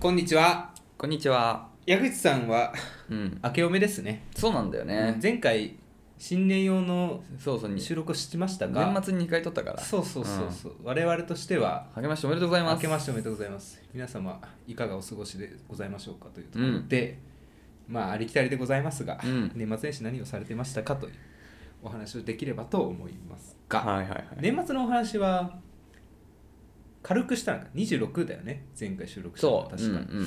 こんにちはこんにちは。矢口さんはうん。明けおめですね、そうなんだよね。前回新年用のそうそう。に収録をしてましたが年末に2回撮ったから。そうそうそうそう、我々としては励ましておめでとうございます。明けましておめでとうございます皆様いかがお過ごしでございましょうかというとこうろんで、まあありきたりでございますが、うん年末年始何をされてましたかというお話をできればと思いますが、はいはいはい。年末のお話は軽くしたのか26だよね前回収録したのそはう。確かに、うんうん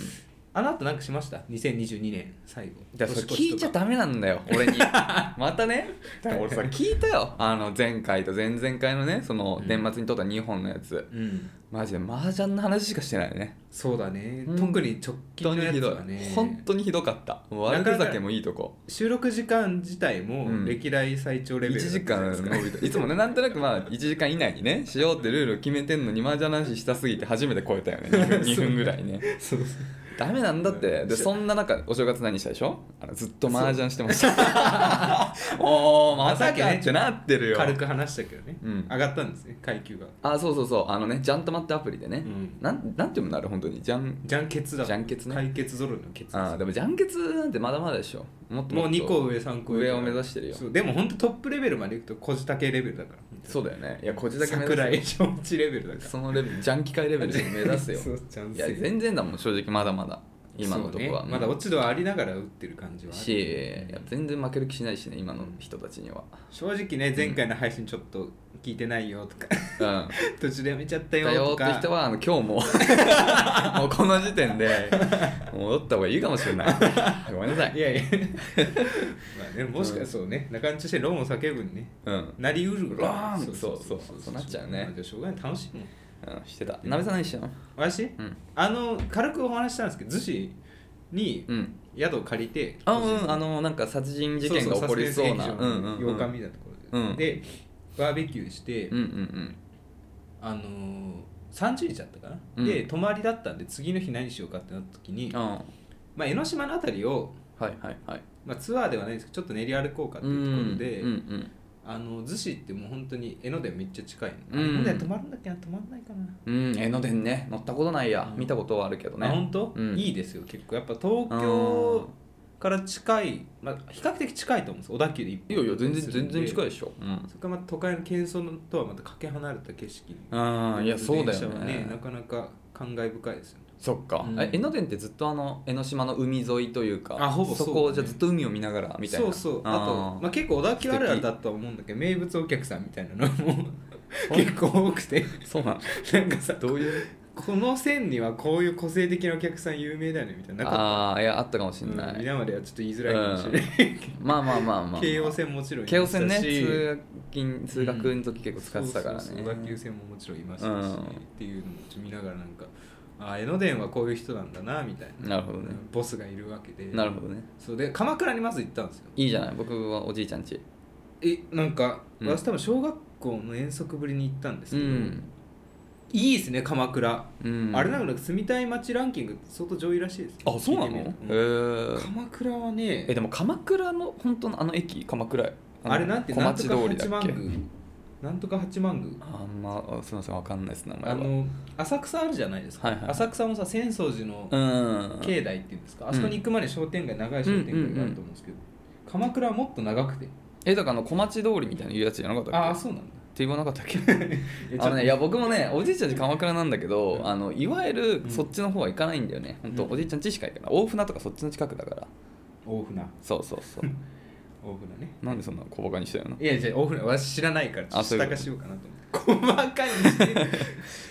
あの後なんかしました2022年最後じゃあそれ年越し聞いとちかゃダメなんだよ俺 にまたね俺さ 聞いたよあの前回と前々回のねそのうん年末に撮った2本のやつ、うんマジで麻雀の話しかしてないねそうだね、うん特に直近本の当にやつひどいはね本当にひどかったもう悪ふざけもいいとこ収録時間自体もうん歴代最長レベ1ル時だ間ったじゃない伸でびたいつもねなんとなくまあ1時間以内にねしようってルールを決めてんのに麻雀の話したすぎて初めて超えたよね2分ぐらいね すかそうそうダメなんだってでそんな中お正月何したでしょあのずっと麻雀してました おおまさかってなってるよ軽く話したけどね、うん上がったんですね階級があそうそうそうあのねジャントマってアプリでね、うんなんなんていうのあれ本当にジャンジャンケツだジャンケツね解決ぞろいのケツですあーでもジャンケツなんてまだまだでしょもっともうっと2個上3個上上を目指してるよそうでも本当トップレベルまでいくと小じたけレベルだからそうだだよねいやこっちだけ目指桜井す正一レベルだからそのレベルジャン機械レベルで目 指すよそうチャンいスや全然だもん正直まだまだ今のとこは、そうねまだ落ち度はありながら打ってる感じはあるしいや全然負ける気しないしね今の人たち には正直ね前回の配信ちょっと聞いてないよとか うん途中でやめちゃっただよよとってか人はあの今日も もうこの時点で戻った方がいいかもしれないごめんなさいいやい やまあねもしかそうね中んちしてローンを叫ぶにねうん、なりうるからローンそうそうそうなっちゃうねまあでもしょうがない楽しいもんうん、してたなべさん何してたの私うんあの軽くお話ししたんですけど逗子にうん宿を借りてあうんあのなんか殺人事件が起こりそうなそううんうんうん8日みたいなところで、うんでバーベキューして、うんうんあのー30日だったかな、うんで泊まりだったんで次の日何しようかってなった時にうんあまあ、江ノ島のあたりを、はいはいはいまあ、ツアーではないですけどちょっと練り歩こうかってういんうところで、うんうんあの逗子ってもう本当に江ノ電めっちゃ近いの、うん江ノ電止まるんだっけな止まんないかな、うん、江ノ電ね乗ったことないや、うん見たことはあるけどあね本当、うんいいですよ結構やっぱ東京から近い、まあ、比較的近いと思うんです小田急で一いやいや全然全然近いいでしょうんそれからまあ都会の喧騒のとはまたかけ離れた景色あーいやそうだよ電車はねなかなか感慨深いですよねそっか、うんえ江ノ電ってずっとあの江ノ島の海沿いというかあほぼそそだうねこをじゃあずっと海を見ながらみたいなそうそうあとまあ、ま結構小田急あるあるだとは思うんだけど名物お客さんみたいなのも結構多くてそうなんなんかさどういうこの線にはこういう個性的なお客さん有名だよねみたいななんかああーいやあったかもしうれんない、皆まではちょっと言いづらいかもしれないけどまあまあまあまあ京王線もちろんいま京王した線ねし通勤通学の時結構使ってたからねそうそうそう小田急線ももちろんいましたし、うんっていうのもちょっと見ながらなんかあ江ノ電はこういう人なんだなみたいななるほどねボスがいるわけでなるほどねそうで鎌倉にまず行ったんですよいいじゃない僕はおじいちゃんちえなんか、うん私多分小学校の遠足ぶりに行ったんですうけど、ん、いいですね鎌倉、うん、あれなんか住みたい街ランキング相当上位らしいですあそうなの聞いてみへるとうんー鎌倉はねえでも鎌倉の本当のあの駅鎌倉のあれなんて小なん町と通かりだ八っ幡け宮なんとか八幡宮あんまあすみませんわかんないです名前はあの浅草あるじゃないですか、はいはい浅草もさ浅草寺のうん境内っていうんですか、うんあそこに行くまで商店街長い商店街があると思うんですけど、鎌倉はもっと長くてえだからあの小町通りみたいな言うやつじゃなかったっけああっそうなんだて言わなかったっけ えちょあっのとねいや僕もねおじいちゃんち鎌倉なんだけどあのいわゆるうんそっちの方は行かないんだよね、本当うんおじいちゃんちしか行かない大船とかそっちの近くだから大船そうそうそう 大船ねなんでそんな小バカにしたよないやじゃあ大船私知らないからちょっあとそうい下うこ化としようかなと思って細かいにし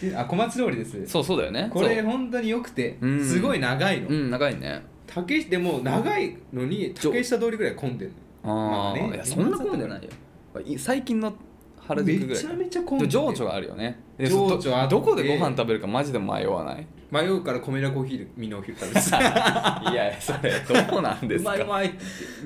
てるあ小松通りですそうそうだよねこれそう本当によくてうんすごい長いの、うん長いね竹下でも長いのに竹下通りぐらい混んでるあ、まああねー、いやそんなことじゃないよい最近の原の宿めぐらいちゃめちゃ混んででもる情緒があるよねで情緒どあってどこでご飯食べるかマジで迷わない迷うから米田コーヒーでみんなお昼食べてたいやそれ どうなんでうすかまいうまいって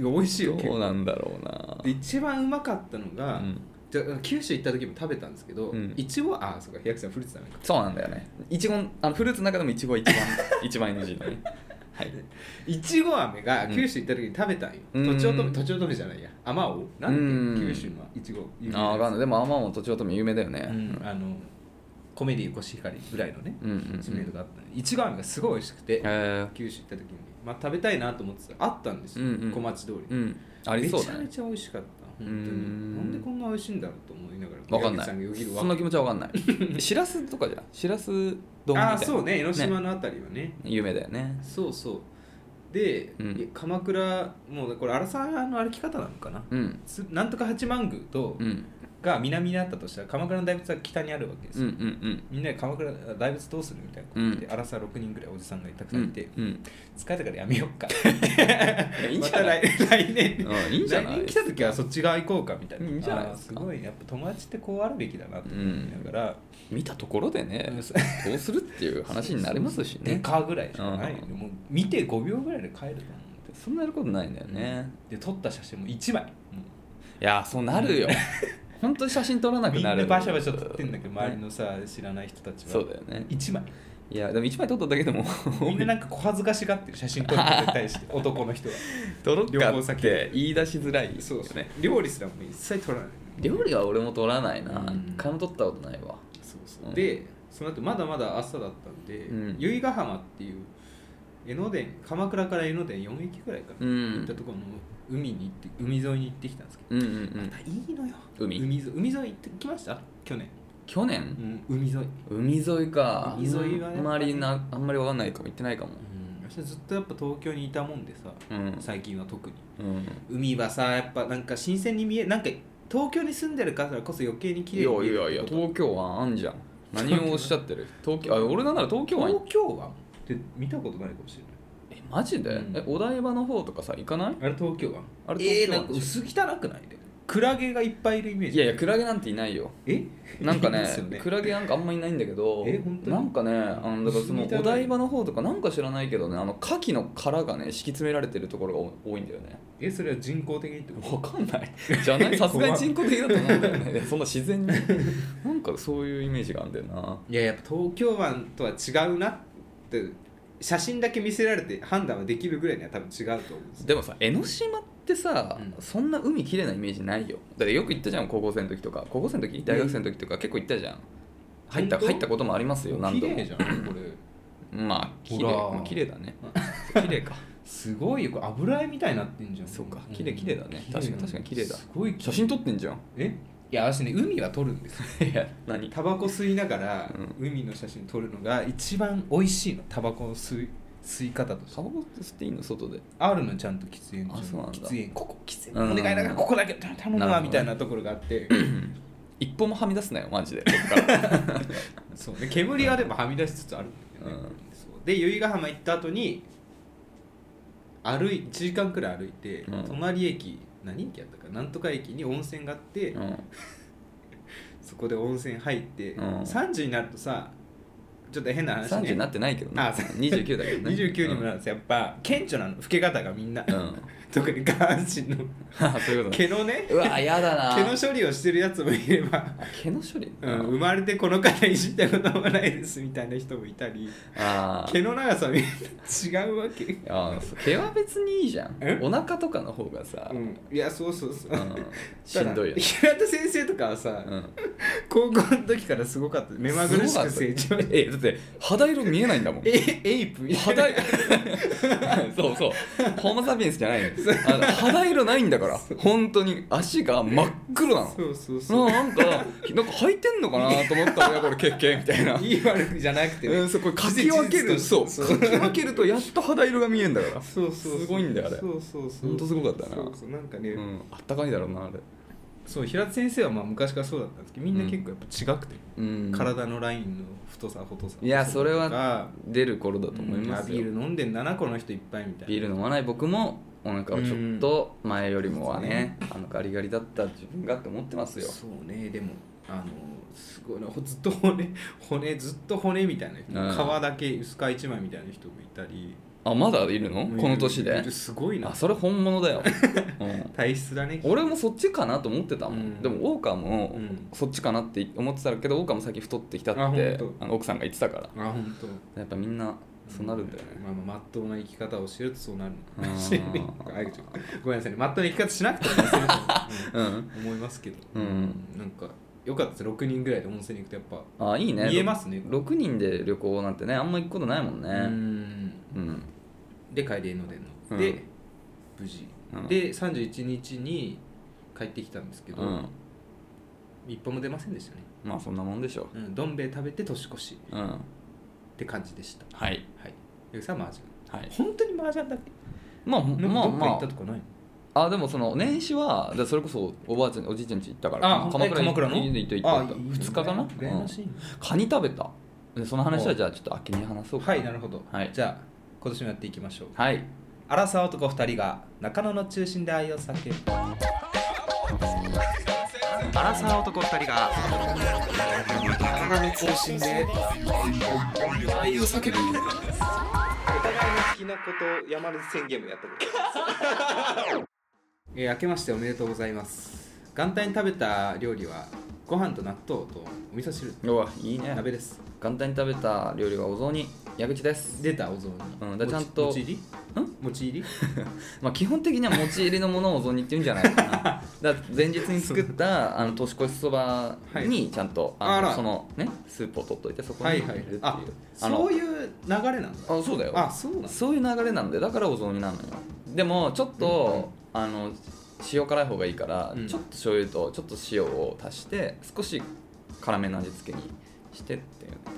言 って美味しいよ結どう構なんだろうなで一番うまかったのが、うんじゃあ九州行った時も食べたんですけど、うんいちごあそうか百さんフルーツダメかそうなんだよねいちごあのフルーツの中でもいちごは一番 一番 NG だねはいいちご飴がうん九州行った時に食べたんよ、うんとちおとめとちおとめじゃないやあまおうなんうんで九州のいちご有名あなあわやかんないでもあまおうとちおとめ有名だよね、つうんあのうんうんうん知名度があったのいちご飴がすごい美味しくてえ九州行った時に、まあ、食べたいなと思ってたあったんですよ、うんうん小町通りに、ーうんありそうだめねちゃめちゃ美味しかった本当にうーんなんでこんな美味しいんだろうと思いながらわかんない宮城さがよぎるわそんな気持ちはわかんない しらすとかじゃんしらす丼みたいなああそうね江ノ島のあたりはね有名だよねそうそうで、うんいや鎌倉もうこれ荒沢の歩き方なのかな、うんつなんとか八幡宮と、うんが南にあったとしたら鎌倉の大仏は北にあるわけですうんうよ、んみんなで鎌倉大仏どうするみたいなこと言って、う荒沢6人ぐらいおじさんがたくうさんいんて、うん疲れたからやめようか いいんじゃない また来来 年うんいいんじゃな来い年来た時はそっち側行こうかみたいな。いいんじゃないですかあーすごいねやっぱ友達ってこうあるべきだなと思いながら、見たところでねどうするっていう話になりますしでねかぐらいしかないよね、うもう見て5秒ぐらいで帰ると思うんでそんなやることないんだよねで撮った写真も1枚もいやそうなるよ本当に写真撮らうなくみんななるバシャバシャ撮ってんだけどね周りのさ知らない人たちはそうだよね1枚いやでも一枚撮っただけでも みんななんか小恥ずかしがってる写真撮ることに対して男の人 は撮ろっ旅か行っ先て言い出しづらいよねそうですね料理すらも一切撮らない料理は俺も撮らないなうん一回も撮ったことないわそううんでその後まだまだ朝だったんで、うん由比ヶ浜っていう江ノ電鎌倉から江ノ電4駅ぐらいかな、うん行ったところの海に行って海沿いに行ってきたんですけど、うんうんうまんたいいのよ海海沿い海沿い行ってきました去年、去う年、ん、海沿い、うん、海沿いか海沿いはねあんまりなあんまりわかんないかも行ってないかも私ずっとやっぱ東京にいたもんでさうん、最近は特にうん、海はさやっぱなんか新鮮に見えなんか東京に住んでるからこそ余計に綺い麗やに見えいるやいやってこと東京湾あんじゃん何をおっしゃって る東京あ俺なんなら東京湾東京湾って見たことないかもしれないえマジで、うんえお台場の方とかさ行かないあれ東京湾あれえ東ー、京な湾んか薄汚くないでクラゲがいっぱいいるイメージいやいやクラゲなんていないよえなんかいねいですよねクラゲなんかあんまりいないんだけどえ本当になんかねあのだからそ不の思議だおね台場の方とかなんか知らないけどねあの牡蠣の殻がね敷き詰められてるところが多多いんだ よねえそれは人工的にってことわかんないじゃないさすがに人工的だと思うんだよ ねいやそんな自然になんかそういうイメージがあるんだよないややっぱ東京湾とは違うなって写真だけ見せられて判断はできるぐらいには多分違うと思うんですよでもさ江ノ島ってさ、うんそんな海綺麗なイメージないよだってよく行ったじゃん高校生の時とか高校生の時大学生の時とか結構行ったじゃん入った本当入ったこともありますよ何度も綺麗じゃんこれまあ綺ほ麗らまあ綺麗だね 綺麗かすごいよこれ油絵みたいになってんじゃんそうかん綺麗綺麗だね綺麗確かに確かに綺麗だすごい写真撮って んじゃんえいや私ね海は撮るんですよいや何タバコ吸いながらう海の写真撮るのが一番美味しいのタバコの吸い吸い方としてタバコ吸っていいの外で R のちゃんと喫煙あそうなんだ喫煙ここ喫うん煙お願いだからここだけ頼むなるほわどみたいなところがあ って一歩もはみ出すなよマ ジでここからそうね煙はでもはみ出しつつあるんだよね、そうで由比ヶ浜行った後に歩い1時間くらい歩いて、うん隣駅何駅やったかなんとか駅に温泉があって、うんそこで温泉入って、うん3時になるとさちょっと変な話30になねってないけどねあそう29だけ どね29にもなるんですよやっぱ顕著なの老け方がみんな、うん、 うん、特に下半身のあそういうこと毛ねのねうわやだな毛の処理をしてるやつもいれば、あ毛の処理、うん、生まれてこの方いじったこともないですみたいな人もいたりあー毛の長さみんな違うわけあーそう毛は別にいいじゃんえお腹とかの方がさ、うん、いやそうそうそう、うんしんどいただよね、平田先生とかはさ、うん、高校の時からすごかった目まぐるしく成長してえだって肌色見えないんだもんえエイプみたいな肌 そうそうホモ・サピエンスじゃないのあの肌色ないんだから本当に足が真っ黒なの そうそうそう、うんなんかなんか履いてんのかなと思ったらいやこれ血形みたいな、いい悪くじゃなくて、うん、そうこれかき分ける事そう実としてかき分けるとやっと肌色が見えんだからそうそうそうすごいんだよあれそうそうそうほんとすごかったなそうそうなんかね、うん、あったかいだろうなあれ、そう平田先生はまあ昔からそうだったんですけどみんな結構やっぱ違くて、うん、体のラインの太さ太さいやそれはとか出る頃だと思いますよ、うんあビール飲んでんだなこの人いっぱいみたいなビール飲まない僕もお腹をちょっと前よりもはね、あのガリガリだった自分がって思ってますよそうねでもあのすごいなほずっと骨 骨ずっと骨みたいな人、うん皮だけ薄皮一枚みたいな人もいたりあまだいるのこの年いでるすごいなあそれ本物だよ、 うん、体質だね俺もそっちかなと思ってたもん、うんでもウォーカーもうんそっちかなって思ってたけどウォーカーも最近太ってきたあっほてんとあの奥さんが言ってたからあ本当。やっぱみんなそうなるんだよね、まあまあまっとうな生き方をしてるとそうなるあのかも ーしれないあちょっとごめんなさいねまっとうな生き方しなくてもいいと思ううんうん思いますけど、うんなんかよかったです6人ぐらいで温泉に行くとやっあいいぱね見えますね6人で旅行なんてねあんま行くことないもんうねんうんで帰り江ノ電うのんで無事うんで31日に帰ってきたんですけどうん一本も出ませんでしたねまあそんなもんでしょうんどん兵衛食べて年越しううんって感じでしたはいはいゆきさんは麻雀はい本当に麻雀だけまあなんかまあどっか行まったとかないのああでもその年始はだからそれこそおばあちゃんおじいちゃん家行ったからあ鎌え鎌倉倉のに行った行った行った2日かな、羨まうしいねん、カニ食べたでその話はじゃあちょっと秋に話そうかはいなるほどはいじゃあ今年もやっていきましょうはい荒沢男2人が中野の中心で愛を叫ぶ荒沢男2人が中野の中心で愛を叫ぶお互いの好きなことを山根宣言もやったこと えー明けましておめでとうございます元旦に食べた料理はご飯と納豆とお味噌汁うわいいね鍋です簡単に食べた料理はお雑煮矢口です出たお雑煮うんだからちゃんともち入りんもち入りまあ、基本的には持ち入りのものをお雑煮って言うんじゃない かなだから前日に作ったあの年越しそばにちゃんと、ああのらそのねスープを取っといてそこにはい入はれいるっていう、ああのそういう流れなんだあそうだよあそうなんだそういう流れなんでだからお雑煮なのよでもちょっと、あの塩辛い方がいいから、うんちょっと醤油とちょっと塩を足して少し辛めの味付けにしてって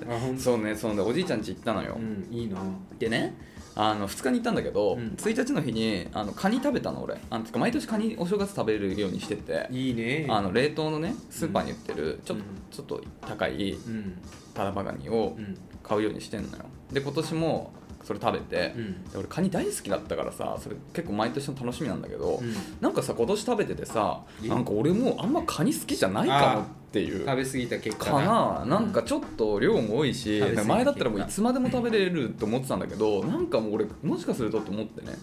言あっほんてとそうねそうねおじいちゃん家行ったのよ、うんいいなでねあの2日に行ったんだけど、うん1日の日にあのカニ食べたの俺あのてか毎年カニお正月食べるようにしてて、いいねあの冷凍のねスーパーに売ってるちょ,、うんちょっと高いうんタラバガニをうん買うようにしてんのよで今年もそれ食べて、うんで俺カニ大好きだったからさそれ結構毎年の楽しみなんだけど、うんなんかさ今年食べててさえなんか俺もうあんまカニ好きじゃないかもっていう食べ過ぎた結果かななんかちょっと量も多い食べし、過ぎて前だったらもういつまでも食べれると思ってたんだけどなんかもう俺もしかするとと思ってね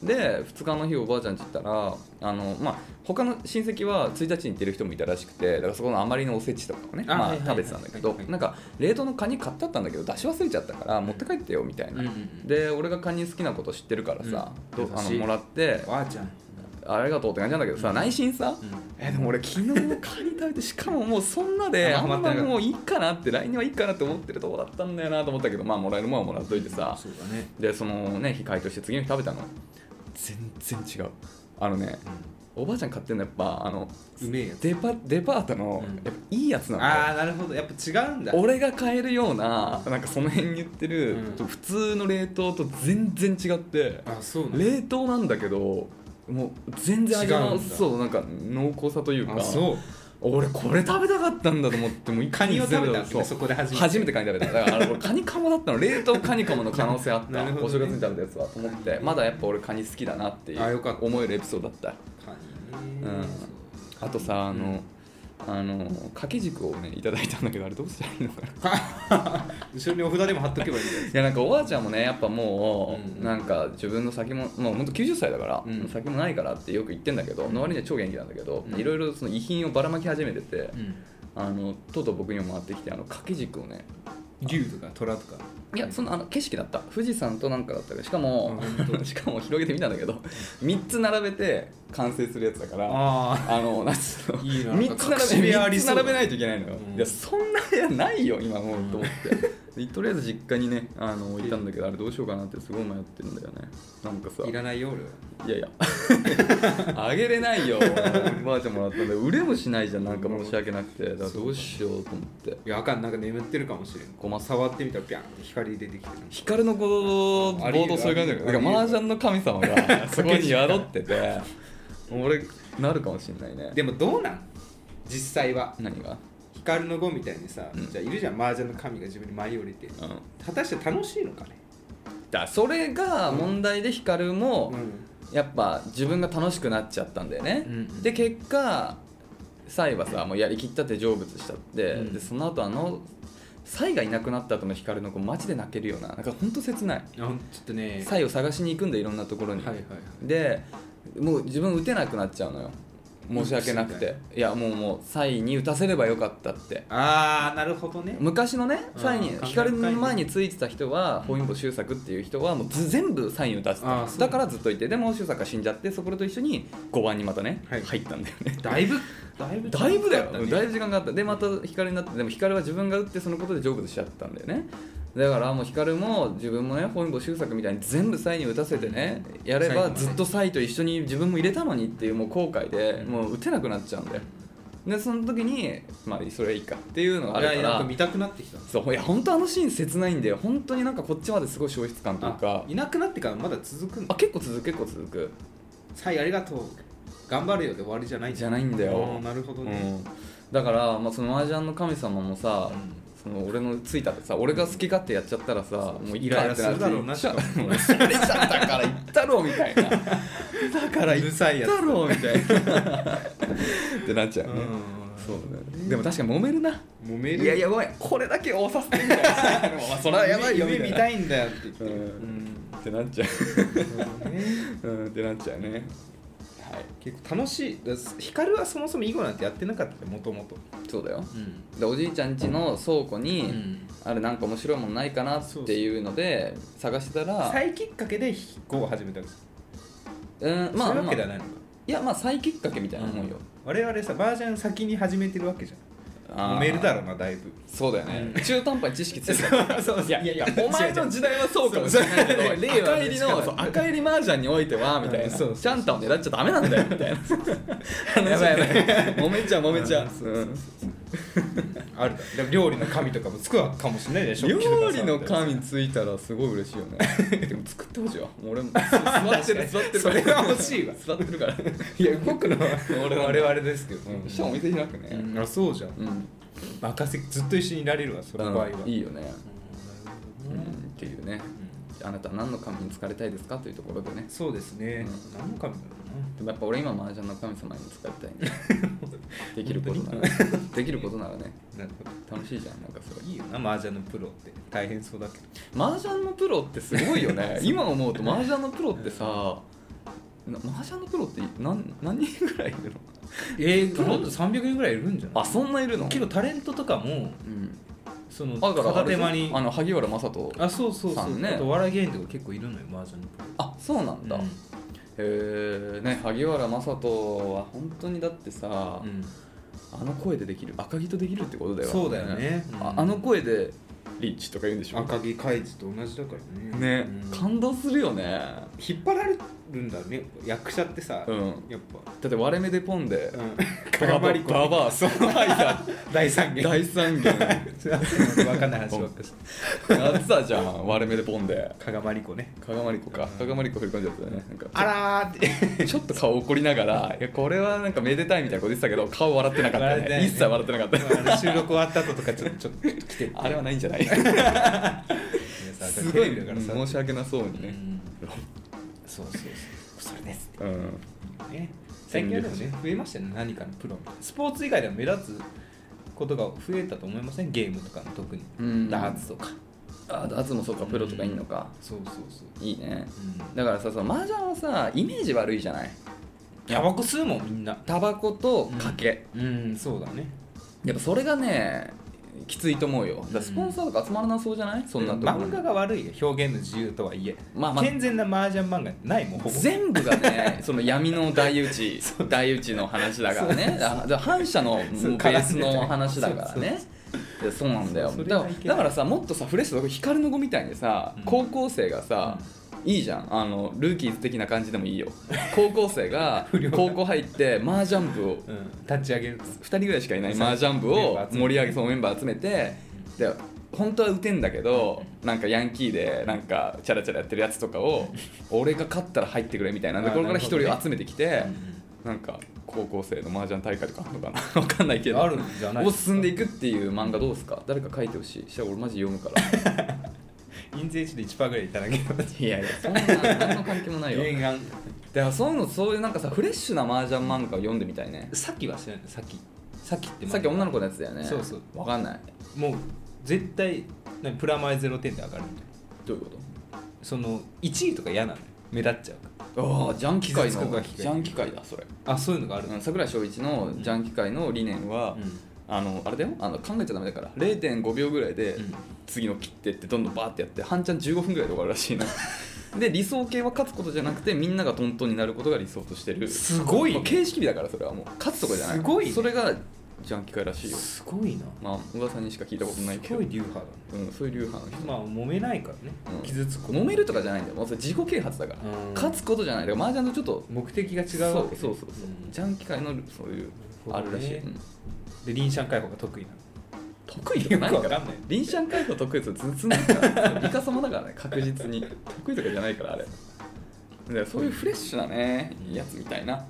うんで2日の日おばあちゃんち行ったらあの、まあ、他の親戚は1日に行ってる人もいたらしくてだからそこのあまりのおせちとかをねあまはあ、いはいはい食べてたんだけど、はいはいなんか冷凍のカニ買ってあったんだけど出し忘れちゃったから持って帰ってよみたいな、うんうんうんで俺がカニ好きなこと知ってるからさ、うんどあの優しいもらってばあちゃんありがとうって感じなんだけどさ、うん内心さ、うんえでも俺昨日のカニ食べてしかももうそんなでああんまハマんってなまかったもういいかなって来年はいいかなって思ってるとこだったんだよなと思ったけどまあもらえるもんはもらっといてさそうだねでそのね日解凍して次の日食べたの全然違うあのねおばあちゃん買ってんのやっぱあのうんうめえやつデパデパートのうんやっぱいいやつなのよああなるほどやっぱ違うんだ俺が買えるようななんかその辺に売ってるうんちょっと普通の冷凍と全然違ってあそうなんだ冷凍なんだけどもう全然味違うのんだそうなんか濃厚さというかあそう俺これ食べたかったんだと思ってもう一気カニにを食べたんですそうねそこで初めて初めてカニ食べただから俺カニカマだったの冷凍カニカマの可能性あった、なるほどねお正月に食べたやつはと思ってまだやっぱ俺カニ好きだなっていあよかっうた思えるエピソードだったカニうねんそうあとさあうんの、あの掛け軸をねいただいたんだけどあれどうしたらいいのかない後ろにお札でも貼っとけばいいんだよやなんかおばあちゃんもねやっぱもう、うんなんか自分の先ももうほんと90歳だから、うん先もないからってよく言ってんだけど、の割には超元気なんだけどうんいろいろその遺品をばらまき始めてて、うんあのとうとう僕にも回ってきてあの掛け軸をね竜とか虎とかいやそのあの景色だった富士山となんかだったからしかもあ本 しかも広げてみたんだけど3つ並べて完成するやつだからあああのなんつうのいいな3隠つし部並べ屋あり三つそうだ並べないといけないのよ、うんいやそんな部屋ないよ今もうと思って、 でとりあえず実家にねあの置いたんだけどあれどうしようかなってすごい迷ってるんだよねなんかさいらないよ俺はい やいやあげれないよばあちゃんもらったんで売れもしないじゃんなんか申し訳なくてだからどうしようと思っていやあかんなんか眠ってるかもしれんごま触ってみたらピャンって光出てきてる光のこうボありえーるドそういう感じだありかえらるマージャンの神様がそこに宿ってて俺なるかもしれないねでもどうなん実際は何が、光の碁みたいにさ、うんじゃあいるじゃん麻雀の神が自分に舞い降りてうん、果たして楽しいのかねだそれが問題で光もうやっぱ自分が楽しくなっちゃったんだよね、うんで結果サイはさもうやりきったって成仏しちゃって、うんでその後あのサイがいなくなった後の光の子マジで泣けるようななんかほんと切ないんあほんちょっとねサイを探しに行くんだいろんなところに、はいはいはいでもう自分打てなくなっちゃうのよ申し訳なくていやもうもうサイに打たせればよかったってああなるほどね昔のねうんサイに考え深い光の前についてた人は本因坊周作っていう人はもうず全部サインを出してあたそうだからずっといてでも周作が死んじゃってそこと一緒に5番にまたねはい入ったんだよ ねだいぶだいぶだいぶだよ、ねだいぶ時間があったでまた光になってでも光は自分が打ってそのことで成仏しちゃったんだよねだからもう光も自分もね本因坊周作みたいに全部サイに打たせてねやればずっとサイと一緒に自分も入れたのにっていうもう後悔でもう打てなくなっちゃうんだよでその時にまあそれはいいかっていうのがあるいかやらいやなんか見たくなってきたそういや本当あのシーン切ないんだよ本当になんかこっちまですごい消失感というかあいなくなってからまだ続くんあだ結構続く結構続くサイありがとう頑張るよで終わりじゃないじゃないんだよあーなるほどうね、ん、だから、まあ、その麻雀の神様もさ、うんその俺のついたってさ俺が好き勝手やっちゃったらさ、もうイライラするイライラするだろうなしか もうそれじゃだから言ったろみた いなだから言うるっさいやたつろみたいなってなっちゃうね、そうだねでも確かに揉めるなもうメールいややばいこれだけ押させてみたい なまあそれはやばいよみ夢たい見なたいんだよって言って、うんってなっちゃうんねううんってなっちゃうねはい結構楽しいだから光はそもそも囲碁なんてやってなかったもともとそうだよでおじいちゃん家の倉庫に、あれなんか面白いもんないかなっていうので探してたら再きっかけで碁を始めたんですうんまそあういうわまあけではいないのか、やまあ再きっかけみたいなもんよ我々さバージョン先に始めてるわけじゃんあーもうメールだろうなだ いぶそうだよね中途半端に知識ついてたそういやいやいや お前の時代はそうかもしれないけどそうそう令和の赤入りの力そう赤入り麻雀においてはみたいうんなそうそうシャンタンを狙っちゃダメなんだよみたいな やばいやばい揉めちゃう揉めちゃううんあるだろでも料理の神とかもつくわかもしれないでしょ料理の神ついたらすごい嬉しいよね でも作ってほしいわ俺も座ってる座ってるそれは欲しいわ座ってるからいや動くのは俺は我々ですけど、そしたらお店開くねあそうじゃんうん任せずっと一緒にいられるわその場合は、うんいいよねうんっていうねあなた何の神に疲れたいですかというところでねそうですね、何の神だろうなでもやっぱ俺今麻雀の神様に疲れたいね できることならできることならねなるほど楽しいじゃんなんかそれいいよな麻雀のプロって大変そうだけど麻雀のプロってすごいよ ね今思うと麻雀のプロってさな麻雀のプロって何何人ぐらいいるのえー、プ ロって300人ぐらいいるんじゃないあそんないるのけどタレントとかもうんそのあだからあ片手れでしょ間にあの萩原正人あそうそうさそうんねあとお笑い芸人とか結構いるのよ麻雀のプロあそうなんだ、うんへえね萩原正人は本当にだってさ、うんあの声でできる赤木とできるってことだよそうだよねあうんあの声でリーチとか言うんでしょ赤木海地と同じだからねね、うん感動するよね引っ張られるんだね役者ってさ、うんやっだって割れ目でポンでぱ、うん、 ババババアその間第 三弦 大三分元かんない話ばっかりしてやってたじゃん割れ目でポンで加賀まりこね加賀まりこか加賀まりこ振り込んじゃったよねなんかあらーってちょっと顔怒りながらいやこれはなんかめでたいみたいなこと言ってたけど顔笑ってなかったよ笑ってなねいね一切笑ってなかったよ収録終わった後とかちょっとちょっと来てあれはないんじゃないすごい申し訳なそうにうねんそうそうそうそれです、うんね、最近はでもね増えましたね何かのプロみたいなスポーツ以外でも目立つことが増えたと思いませんゲームとかの特に、うんダーツとかあダーツもそうかプロとかいんのかそうそうそう、いいねうん、だからさその麻雀はさイメージ悪いじゃないタバコ吸うもんみんなタバコと賭け、うんそうだねやっぱそれがねきついと思うよだからスポンサーとか集まらなそうじゃないそんなところ漫に画が悪いよ表現の自由とはいえ、まあまあ健全な麻雀漫画ないもんほぼ全部が ねその闇の大打ち大打ちの話だからねだだから反射のもうベそうースの話だからねいやそうなんだよそうそれだがかいらけなだいからさもっとさフレッシュだと光の子みたいにさ、うん高校生がさ、いいじゃんあのルーキーズ的な感じでもいい よ高校生が不良だ高校入って麻雀部をうん、立ち上げる2人ぐらいしかいない麻雀部を盛り上げそうメンバー集めてで本当は打てんだけどなんかヤンキーでなんかチャラチャラやってるやつと かを俺が勝ったら入ってくれみたいなところからあなるほどね1人集めてきてなんか高校生の麻雀大会とかあるのかなわかんないけどあるんじゃないを進んでいくっていう漫画どうですか誰か書いてほしいしたら俺マジ読むから印税値で1%ぐらいいただけますいやいやそんな何の関係もないよだ原案からそういうのそういうなんかさフレッシュな麻雀漫画を読んでみたいねさっきは知らないさっきさっきってさっきも女の子のやつだよねそうそうわかんないもう絶対何プラマイゼロ点で上がるみたいなどういうことその1位とか嫌なのよ目立っちゃうからああジャンキ界傷つくのがジャンキ界だそれ、あそういうのがあるうん、桜井翔一のジャンキ界の理念は、あのあれだよあの考えちゃダメだから0.5秒ぐらいでうん次の切ってってどんどんバーってやって半チャン15分ぐらいで終わるらしいな で理想形は勝つことじゃなくてみんながトントンになることが理想としてるすごいもう形式美だからそれはもう勝つとかじゃないすごいねそれがジャンキ界らしいよすごいなまあ噂にしか聞いたことないけすどごい流派だねうん、そういう流派の人まあ揉めないからね、うん傷つくこと揉めるとかじゃないんだよもうそれ自己啓発だから、うん勝つことじゃないだから麻雀とちょっと目的が違そううわけねそうそうそう、んジャンキ界のそういうあるらしい、なるうほどんで臨シャン解放が得意な得意でもないかよくわらかんないリンシャン解放得意と頭痛ないからイカ様だからね確実に得意とかじゃないからあれだからそういうフレッシュなねうんやつみたいな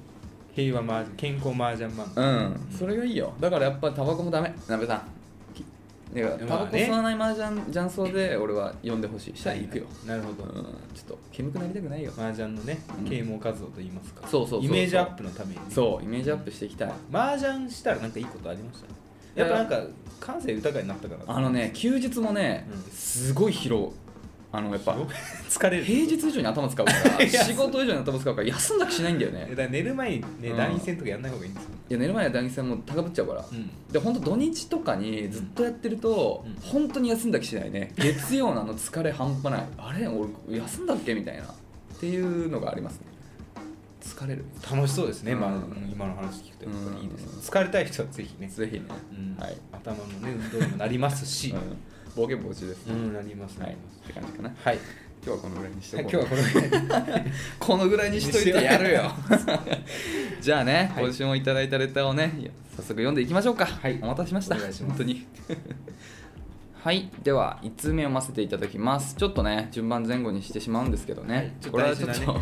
平和マージャン健康マージャンマンうんそれがいいよだからやっぱタバコもダメなべさんきだからタまバあコね吸わないマージャン雀荘で俺は呼んでほしいしたら行くよ、なるほうど、ん、ちょっと煙くなりたくないよマージャンのねうん啓蒙活動といいますか、そうそうそうそうイメージアップのためにうそうイメージアップしていきたいマージャンしたらなんかいいことありましたやっぱなんか感性豊かになったからあのね休日もねうんすごい疲労あのやっぱ疲れる平日以上に頭使うから いや仕事以上に頭使うから休んだ気しないんだよえねだから寝る前にねうん団員戦とかやんない方がいいんですよ、いや寝る前は大吉さんも高ぶっちゃうから、うんで本当土日とかにずっとやってると、うん本当に休んだ気しないね月曜のあの疲れ半端ないあれ俺休んだっけみたいなっていうのがありますね疲れる楽しそうですね、うんまあ、今の話聞くとやっぱりいいですね、うん疲れたい人はぜひね、ぜひね、うんはい、頭のね運動にもなりますし、 うん、冒険防止です、うん、なります、はないりっます。て感じかなはい、今日はこのぐらいにしとはこいう今日はこのぐらいで。このぐらいにしといてやるよ じゃあね、はい今週もいただいたレターをね早速読んでいきましょうか、はいお待たせしましたお願いします本当に はいでは1通目読ませていただきますちょっとね順番前後にしてしまうんですけどね、はいちょっとこれはちょっと、 大事なね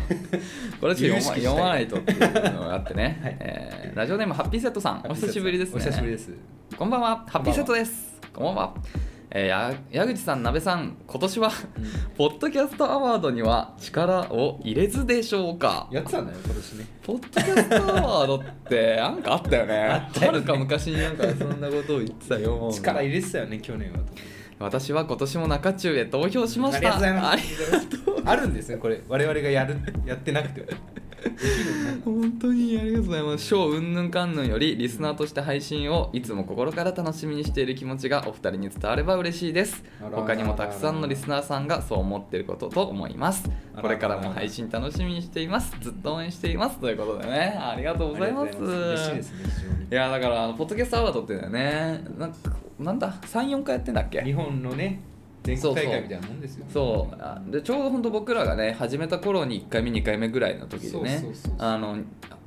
これはちょっと読ま有識したい読まないとっていうのがあってね、はいえーラジオネームハッピーセットさんお久しぶりですねお久しぶりです。こんばんは、ハッピーセットです。こんばんは。えーや矢口さん、鍋さん、今年は、ポッドキャストアワードには力を入れずでしょうか。やってたんだよ、今年ね。ポッドキャストアワードって、 なんかあったよね。あったよねはるか昔になんかそんなことを言ってたよ。力入れてたよね、去年は。私は今年も中中へ投票しました。ありがとうございますありがとうあるんですね、これ、我々がやる、やってなくても。 本当にありがとうございます賞うんぬんかんぬんよりリスナーとして配信をいつも心から楽しみにしている気持ちがお二人に伝われば嬉しいですあらあらあら他にもたくさんのリスナーさんがそう思っていることと思いますあらあらあらこれからも配信楽しみにしていますずっと応援していますということでねありがとうございますありがとうございます嬉しいですね、非常にい。やだからあのポッドキャストアワードっていうのはねなんかなんだ34回やってんだっけ日本のね、全国大会みたいなもんですよ。そうあでちょうど本当僕らがね始めた頃に1回目2回目ぐらいの時でねそうそうそうそうあの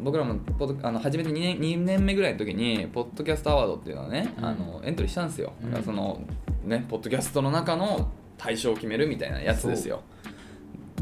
僕らもポッドあの始めて2年 ,2 年目ぐらいの時にポッドキャストアワードっていうのはね、うんあのエントリーしたんですよ、うんだからそのねポッドキャストの中の大賞を決めるみたいなやつですよう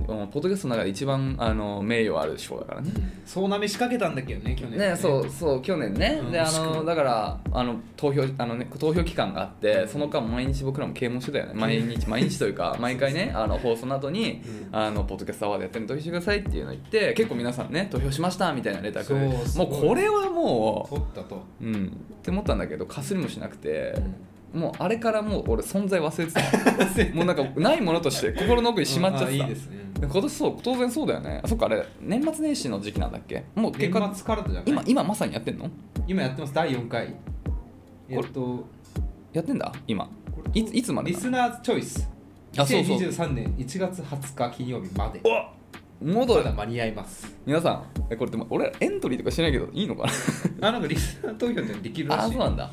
んポッドキャストの中で一番あの名誉ある賞だからねそうなめ仕掛けたんだけどね、去年。ね、そう。そう去年ね、うんであ惜しくのもだからあの投票あの、ね、投票期間があってその間毎日僕らも啓蒙してたよね毎日毎日とい うか毎回ねあの放送の後に、うんあのポッドキャストアワードやってるの投票してくださいっていうの言って結構皆さんね投票しましたみたいなレターくれそうてすもごいうこれはも取ったと。う、うん、って思ったんだけどかすりもしなくて。もうあれからもう俺存在忘れてたもう なんかないものとして心の奥にしまっちゃってた、うんあいいですね。今年そう当然そうだよねあそっかあれ年末年始の時期なんだっけもう結結果果疲れたじゃん。今今まさにやってんの今やってます、第4回。えっと、やってんだ今いついつまでリなスナーズチョイス。あそうそう2023年1月20日金曜日まで。もうどまうだだ間に合います。皆さんえこれでも俺らエントリーとかしてないけどいいのかあ、なんかリスナー投票ってできるならあしい。そうなんだ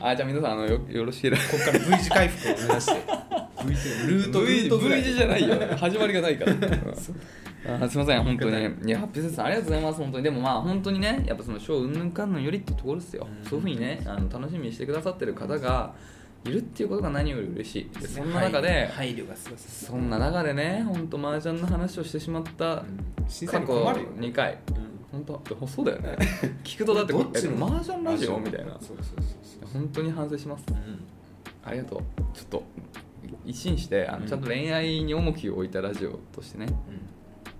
あじゃあ皆さんあのよよろしければこっから V 字回復を目指して V 字ルート V, ルートぐら v い字じゃな いよ始まりがないからそうあすいません本当にいやハッピーセスさんありがとうございます本当にでもまあ本当にねやっぱそのショーうんぬんかんぬんよりってところですようんそういうふうにねあの楽しみにしてくださってる方がいるっていうことが何より嬉しいでそんな中で配慮配慮がすごいですそんな中でね本当麻雀の話をしてしまった審査過去に困るよ2回本当 でそうだよ ね聞くとだってどっちのマージャンラジオみたいないやそうそうそうそう本当に反省しますうんありがとうちょっと一心してあの、うんちゃんと恋愛に重きを置いたラジオとしてね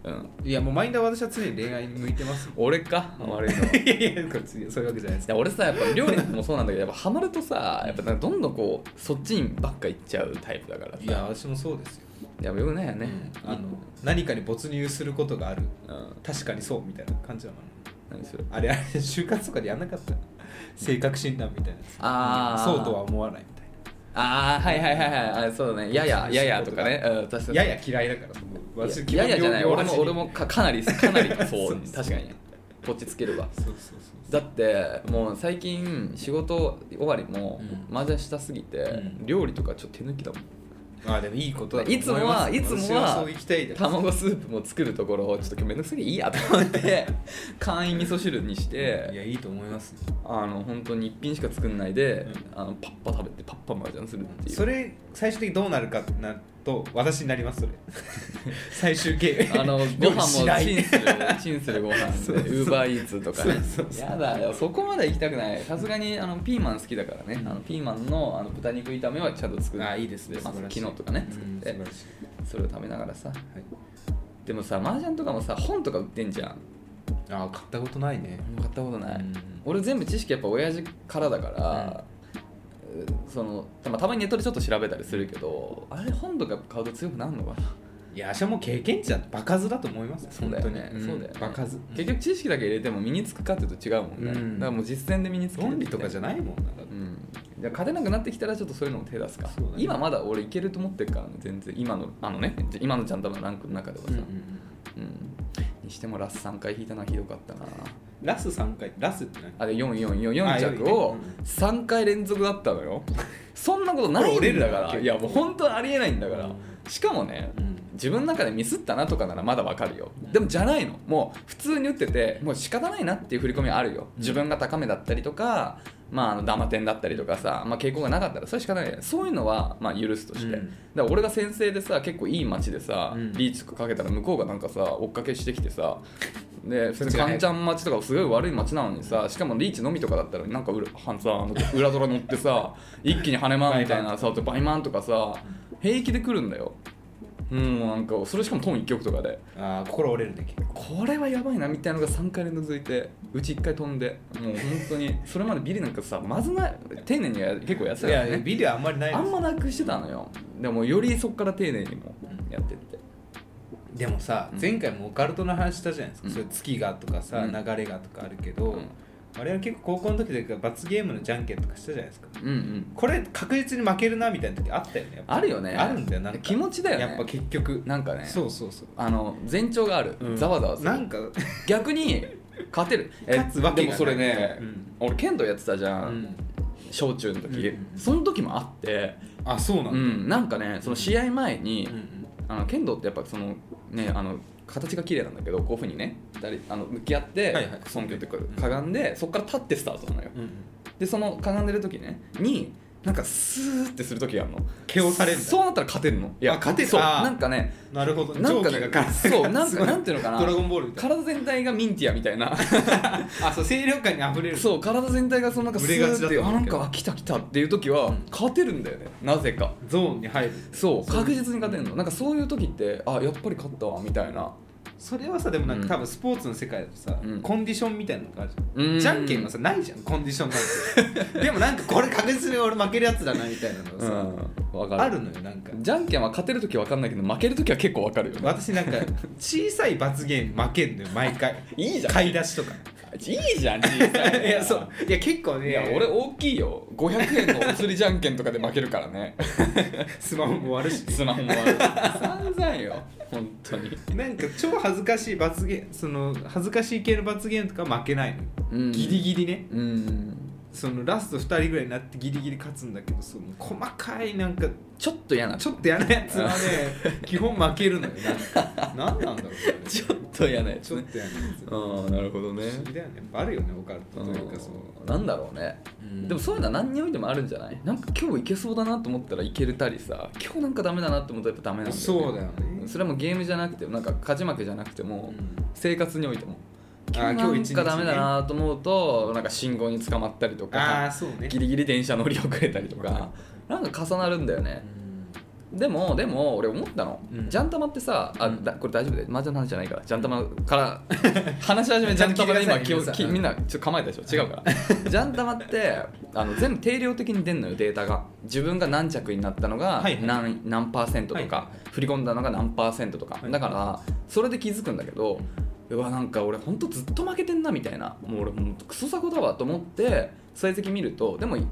うんうんいやもうマインドは私は常に恋愛 に向いてますよ俺か悪い のいいやいやこっちそういうわけじゃないですや俺さやっぱ料理もそうなんだけどやっぱハマるとさやっぱなんかどんどんこうそっちにばっか行っちゃうタイプだからさいや私もそうですよやよくないよね、あの何かに没入することがあるうん確かにそうみたいな感じなの何それあれあれ就活とかでやんなかった性格診断みたいなやつあーそうとは思わないみたいああはいはいはいはいあそうだねややややとかねうん確かなにやや嫌いだから僕い私やいやじゃない両俺も両俺もかかなりか なりそそううそう確かにこっちつけるわそうそうそうだってもう最近仕事終わりもうん麻雀したすぎて、うん料理とかちょっと手抜きだもんあでもいいことだといつも思まはすいつ私もははそう行きたいです卵スープも作るところをちょっと今日めんどくさいでいいやと思って 簡易味噌汁にしいてやいいと思いますあの本当に一品しか作んないで、うあのパッパ食べてパッパ麻雀するっていうそれ最終的にどうなるかってなると私になります それ最終形 あのご料飯理もしないチンするチンするご 飯そうでそうウーバーイーツとかねそうそうそうやだよそこまで行きたくないさすがにあのピーマン好きだからねあのピーマンのあの豚肉炒めはちゃんと作ってあいいですねま素晴らしい昨日とかねうん作って素晴らしいそれを食べながらさはいでもさ麻雀とかもさ本とか売ってんじゃんああ買ったことないね買ったことない、うん俺全部知識やっぱ親父からだから、うんそのたまたまにネットでちょっと調べたりするけどあれ本とか買うと強くなるのかないや私はもう経験値だと場数だと思いますそうだよね本当にそうだよね場数結局知識だけ入れても身につくかっていうと違うもんね、うんだからもう実践で身につける論理とかじゃゃないもんなだってうんじゃあ勝てなくなってきたらちょっとそういうのも手出すか、そうだね今まだ俺いけると思ってるからね全然今のあのね今のジャンダマのランクの中ではさ、ううんんうんうんにしてもラス3回引いたのはひどかったなラス3回ラスって何あれあ4444着うをん3回連続だったのよそんなことないこれ折れんるだよから結構いやもう本当にありえないんだからうんしかもねうん自分の中でミスったなとかならまだわかるよでもじゃないのもう普通に打っててもう仕方ないなっていう振り込みはあるようん自分が高めだったりとかまああのダマ点だったりとかさ、まあ、傾向がなかったらそれは仕方ないよそういうのはまあ許すとして、うんだから俺が先生でさ結構いい街でさ、うんリーチとかかけたら向こうがなんかさ追っかけしてきてさで普通そっにちがカ早ンいちゃん町とかすごい悪い町なのにさしかもリーチのみとかだったらなんか裏はんさあの裏ドラ乗っ てさ一気に跳ね回るみたいなさあとバイマンとかさ平気で来るんだようんなんかそれしかもトーン1曲とかでああ心折れるね結構これはやばいなみたいなのが3回連続続いてうち1回飛んでもう本当に それまでビリなんかさまずない丁寧にや結構やってたいからやねビデオあんまりないですあんまなくしてたのよでもよりそこから丁寧にもやってってでもさ、うん前回もオカルトの話したじゃないですか、うんそれ月がとかさ、うん流れがとかあるけど、うん我々結構高校の時とか罰ゲームのじゃんけんとかしたじゃないですかうんうんこれ確実に負けるなみたいな時あったよねやっぱあるよねあるんだよなんか気持ちだよねやっぱ結局なんかねそうそうそうあの前兆がある、うんざわざわするなんか逆に勝てる勝つわけがないでもそれね、うん俺剣道やってたじゃん、うん小中の時、うんその時もあって、あそうなんだ、ううんん、なんかねその試合前に、うんあの剣道ってやっぱそのねあの形が綺麗なんだけどこういうふうにね2人あの向き合って、はいはい尊敬というかかがんで、そこから立ってスタートなのようんでそのかがんでる時ねになんかスーってする時あるの KO されるんだそうなったら勝てるのいやあ勝てるそうあーなんかねなるほどなんか蒸ね気がガそうなんかなんていうのかなドラゴンボールみたい体全体がミンティアみたいな なあそう清涼感にあふれるそう体全体がそのなんかスブレがちーだっとてあ思うなんけどかあ来た来たっていう時はうん勝てるんだよねなぜかゾーンに入るそうそう確実に勝てるのなんかそういう時ってあやっぱり勝ったわみたいなそれはさでもなんうんか多分スポーツの世界だとさ、うんコンディションみたいなのがあるじゃうんんじゃんけんはさないじゃんコンディションなん てでもなんかこれ確実に俺負けるやつだなみたいなのがうさ、んわかるあるのよなんかじゃんけんは勝てる時は分かんないけど負ける時は結構分かるよね私なんか小さい罰ゲーム負けんのよ毎回いいじゃん買い出しとかいいじゃん小さ いいやそういや結構ねいや俺大きいよ500円のお釣りじゃんけんとかで負けるからねスマホも割るしスマホもある散々よ本当になんか超恥ずかしい罰ゲームその恥ずかしい系の罰ゲームとかは負けないのよ、うんギリギリねうんそのラスト2人ぐらいになってギリギリ勝つんだけどその細かいなんかちょっと嫌なちょっと嫌なやつはね基本負けるのよなん何なんだろうそれちょっと嫌なやつちょっねと嫌なやつああなるほどね不思議だよねやっぱあるよねオカルトというかそのうんなんだろうね、うんでもそういうのは何においてもあるんじゃないなんか今日いけそうだなと思ったらいけれたりさ今日なんかダメだなと思ったらやっぱダメなんだよねそうだよねそれはもうゲームじゃなくてもなんか勝ち負けじゃなくても、うん生活においてもあー今今日日一日なんかダメだなと思うと、なんか信号に捕まったりとああかそうねギリギリ電車乗り遅れたりとわかかなんか重なるんだよねうんでもでも俺思ったの、うんジャンタマってさあ、うんだこれ大丈夫で麻雀の話じゃないからジャンタマから 話し始めジャンタマで今聞いて気くをださいき皆さんみんなちょっと構えたでしょ違うから ジャンタマってあの全部定量的に出んのよデータが自分が何着になったのがはいはい何,、何パーセントとか、はい振り込んだのが何パーセントとか、はいだからそれで気づくんだけどうわなんか俺ほんとずっと負けてんなみたいなもう俺もうクソ雑魚だわと思って成績見るとでも3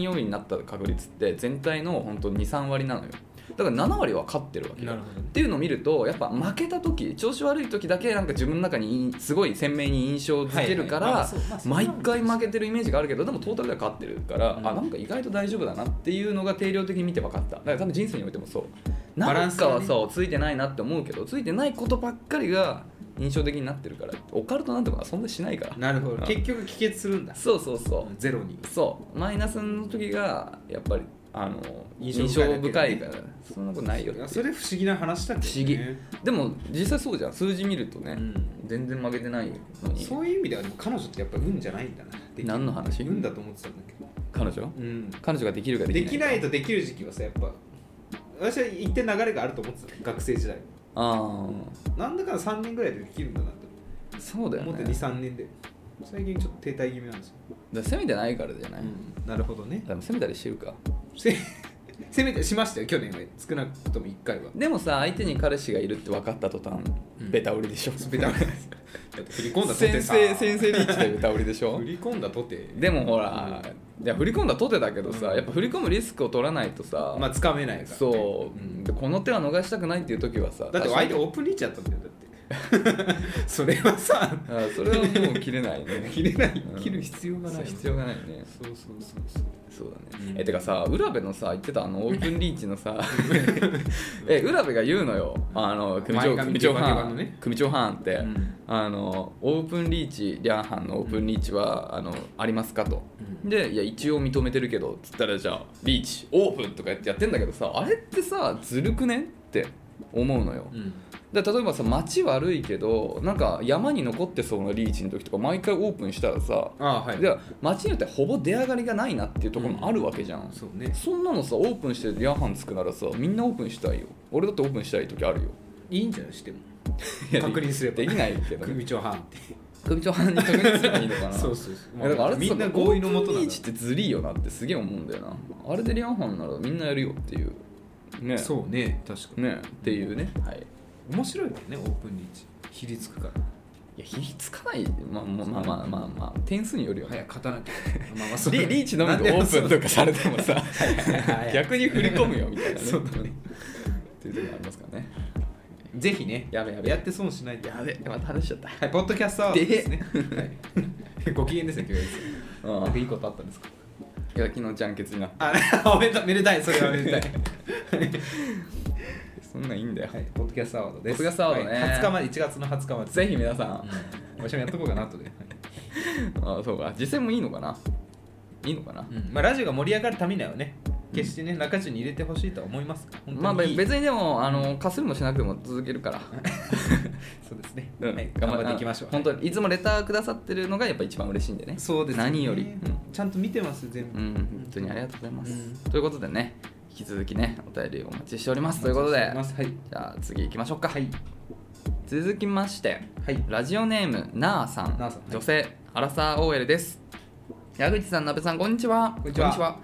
位4位になった確率って全体のほんと23割なのよだから7割は勝ってるわけよなるほどねっていうのを見るとやっぱ負けた時調子悪い時だけなんか自分の中にいすごい鮮明に印象づけるかはいはいまあらそうまあそう毎回負けてるイメージがあるけどでもトータルでは勝ってるから、うんあなんか意外と大丈夫だなっていうのが定量的に見て分かっただから多分人生においてもそうバラなンんスかがねはそうついてないなって思うけどついてないことばっかりが印象的になってるからオカルトなんてものは存在しないからなるほどうん結局帰結するんだそうそうそう、ゼロにそうマイナスの時がやっぱりあの印印象象深深いいからそんなことないよっていうそれ不思議な話だけど、ね、不思議でも実際そうじゃん数字見るとね、うん全然負けてないのにそういう意味ではでも彼女ってやっぱ運じゃないんだなでき何の話運だと思ってたんだけど、彼女うん、彼女ができるかできなできいないとできる時期はさやっぱ私は一定流れがあると思ってた学生時代あなんだかんだ3年ぐらいでできるんだなとあそうだよ思ってね23年で最近ちょっと停滞気味なんですよ、だから攻めてないからじゃない、うん、なるほどねでも攻めたりしてるかせ せめてしましたよ去年は少なくとも1回はでもさ相手に彼氏がいるって分かった途端、うんベタ売りでしょベタ売りだって振り込んだとて先さ生先生リーチでベタ売りで しょ振り込んだとてでもほら、いや振り込んだとてだけどさ、うんやっぱ振り込むリスクを取らないとさ、まあつかめないからそう、んでこの手は逃したくないっていう時はさだって相手オープンリーチやったんだよだって それはさあそれはもう切れないね 切れないうん切る必要がない必要がないねそうそうそうそうそうだね、うんえてかさ浦部のさ言ってた あのオープンリーチのさえ浦部が言うのよあの組長前髪組長手羽手羽班、のね組長班って、うんあのオープンリーチリャンハンのオープンリーチは、あのありますかと、うんでいや一応認めてるけどつったらじゃあリーチオープンとかやってやってんだけどさあれってさずるくねって思うのよ、うんで例えばさ街悪いけどなんか山に残ってそうなリーチの時とか毎回オープンしたらさああはいで街によってはほぼ出上がりがないなっていうところもあるわけじゃん、そうねそんなのさオープンしてリアハンつくならさみんなオープンしたいよ俺だってオープンしたい時あるよいいんじゃないしてもいや 確認すればできないけど、ね、首長半って組長班に確認すればいいのかな そうそうそういやだからあれみんな合意のもとななんんリーチってずりいよなってすげえ思うんだよなあれでリアハンならみんなやるよっていうねだそうね確かにねっていうねはい面白いよねオープンリーチひりつくからいや、ひりつかない、まあ、まあ、まあ、まあ、まあ、点数によるよね。早く勝たな きゃまあまあそうリリーチのみでオープンとかされてもさ、逆に振り込むよみたいなね。そうだねっていうとこありますからね。ぜひねやべやべやって損しないでやべ、また話しちゃった。はいポッドキャストアワーですねはいご機嫌ですね今日うんなんかいいことあったんですかいや、昨日じゃんけつになって。あおめでためでたいそれはめでたい そんなんいいんだよ。はいポッドキャストアワードですポッドキャストアワードねはい、20日まで1月の20日までぜひ皆さん、私もやっとこうかな後で、あそうか、実際もいいのかな。いいのかな。まあ、ラジオが盛り上がるためにはね決してね、中中に入れてほしいとは思いますが本当にまあ、べいい別にでも、あの、かすりもしなくても続けるから。そうですね、うんはい、頑張っていきましょう本当にいつもレターくださってるのがやっぱ一番嬉しいんでね。そうですね何より。うんちゃんと見てます全う部、ん、本当にありがとうございます。うんということでね、引き続きね、お便りお待ちしております。ということおで待、ちしておりじゃあ次行きましょうか。続きまして、はいラジオネーム、なあさん、なあさんはい女性、アラサー OL です。矢口さん、なべさん、こんにちは。こんにちは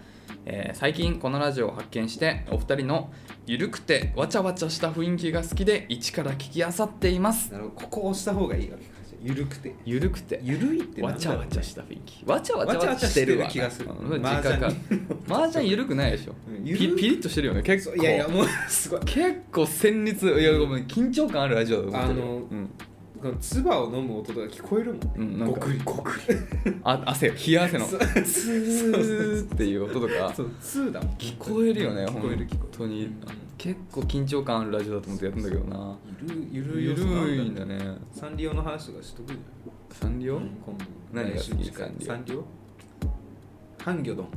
えー最近このラジオを発見してお二人のゆるくてわちゃわちゃした雰囲気が好きで一から聞きあさっていますなるほどここを押した方がいいわけかゆるくてゆるくてゆるいってなわんだちろゃうねわちゃした雰囲気わちゃわちゃしてるわわちゃわちゃしてる気がするうん実家か麻雀麻雀緩くないでしょうんピ緩いピリッとして るよね結そう構いやいやもうすごい結構戦慄いやごめん緊張感あるラジオだと思ってるあのうんこの唾を飲む音とか聞こえるもん、うんなんかごくりごくりあ汗よ冷や汗のツ そうーっていう音とかそう2だもん聞こえるよね聞こえる聞こ本当にうん結構緊張感あるラジオだと思ってやったんだけどなえるゆるいゆ要素があるいるんんだだねねサンリオの話とかしとくんじゃないサンリオ今度何が好来き週次回サンリオサンリオハンギョドン、松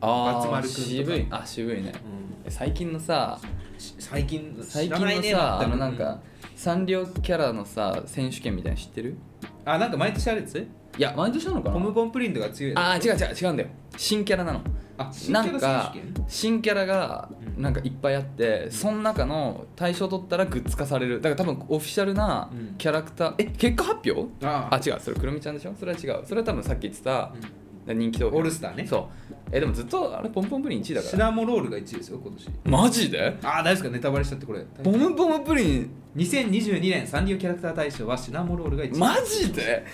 ああ丸君とか渋いあ渋いね最近のさし最近最知近らのないさ、ねあ全くのなんかサンリオキャラのさ選手権みたいなの知ってるあなんか毎年あるやついや毎年なのかなポムボンプリントが強いああ違う違う違うんだよ新キャラなのあ新キなャんラか選手権新キャラがうんなんかいっぱいあってその中の対象取ったらグッズ化されるだから多分オフィシャルなうんキャラクターえ結果発表ああ違うそれくるみちゃんでしょそれは違うそれは多分さっき言ってた人気投票オールスターねそうえでもずっとあれポンポンプリン1位だシからナモロールが1位ですよ今年マジでああ大丈夫ですかネタバレしちゃってこれポムポムプリン2022年サンリオキャラクター大賞はシナモロールが1位マジで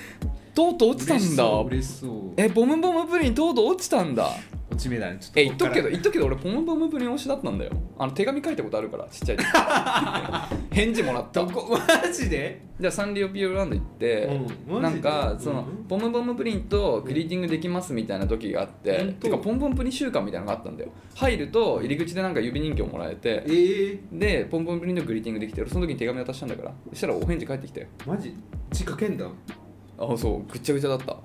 とうとう落ちた嬉しんだそう嬉しそうえボムボムプリンとうとう落ちたんだ落ち目だねちょっとえ言っとくけどこ言っとくけど俺ポムポムプリン推しだったんだよあの手紙書いたことあるからちっちゃい時 返事もらったっからどこマジでじゃあサンリオピューロランド行って、うんなマんジでかその、うんポムポムプリンとグリーティングできますみたいな時があって、本当てかポンポンプリン週間みたいなのがあったんだよ入ると入り口でなんか指人形もらえてええでポンポンプリンとグリーティングできて俺その時に手紙渡したんだからそしたらお返事返ってきたよマジ字書けんだあそうぐっちゃぐちゃだった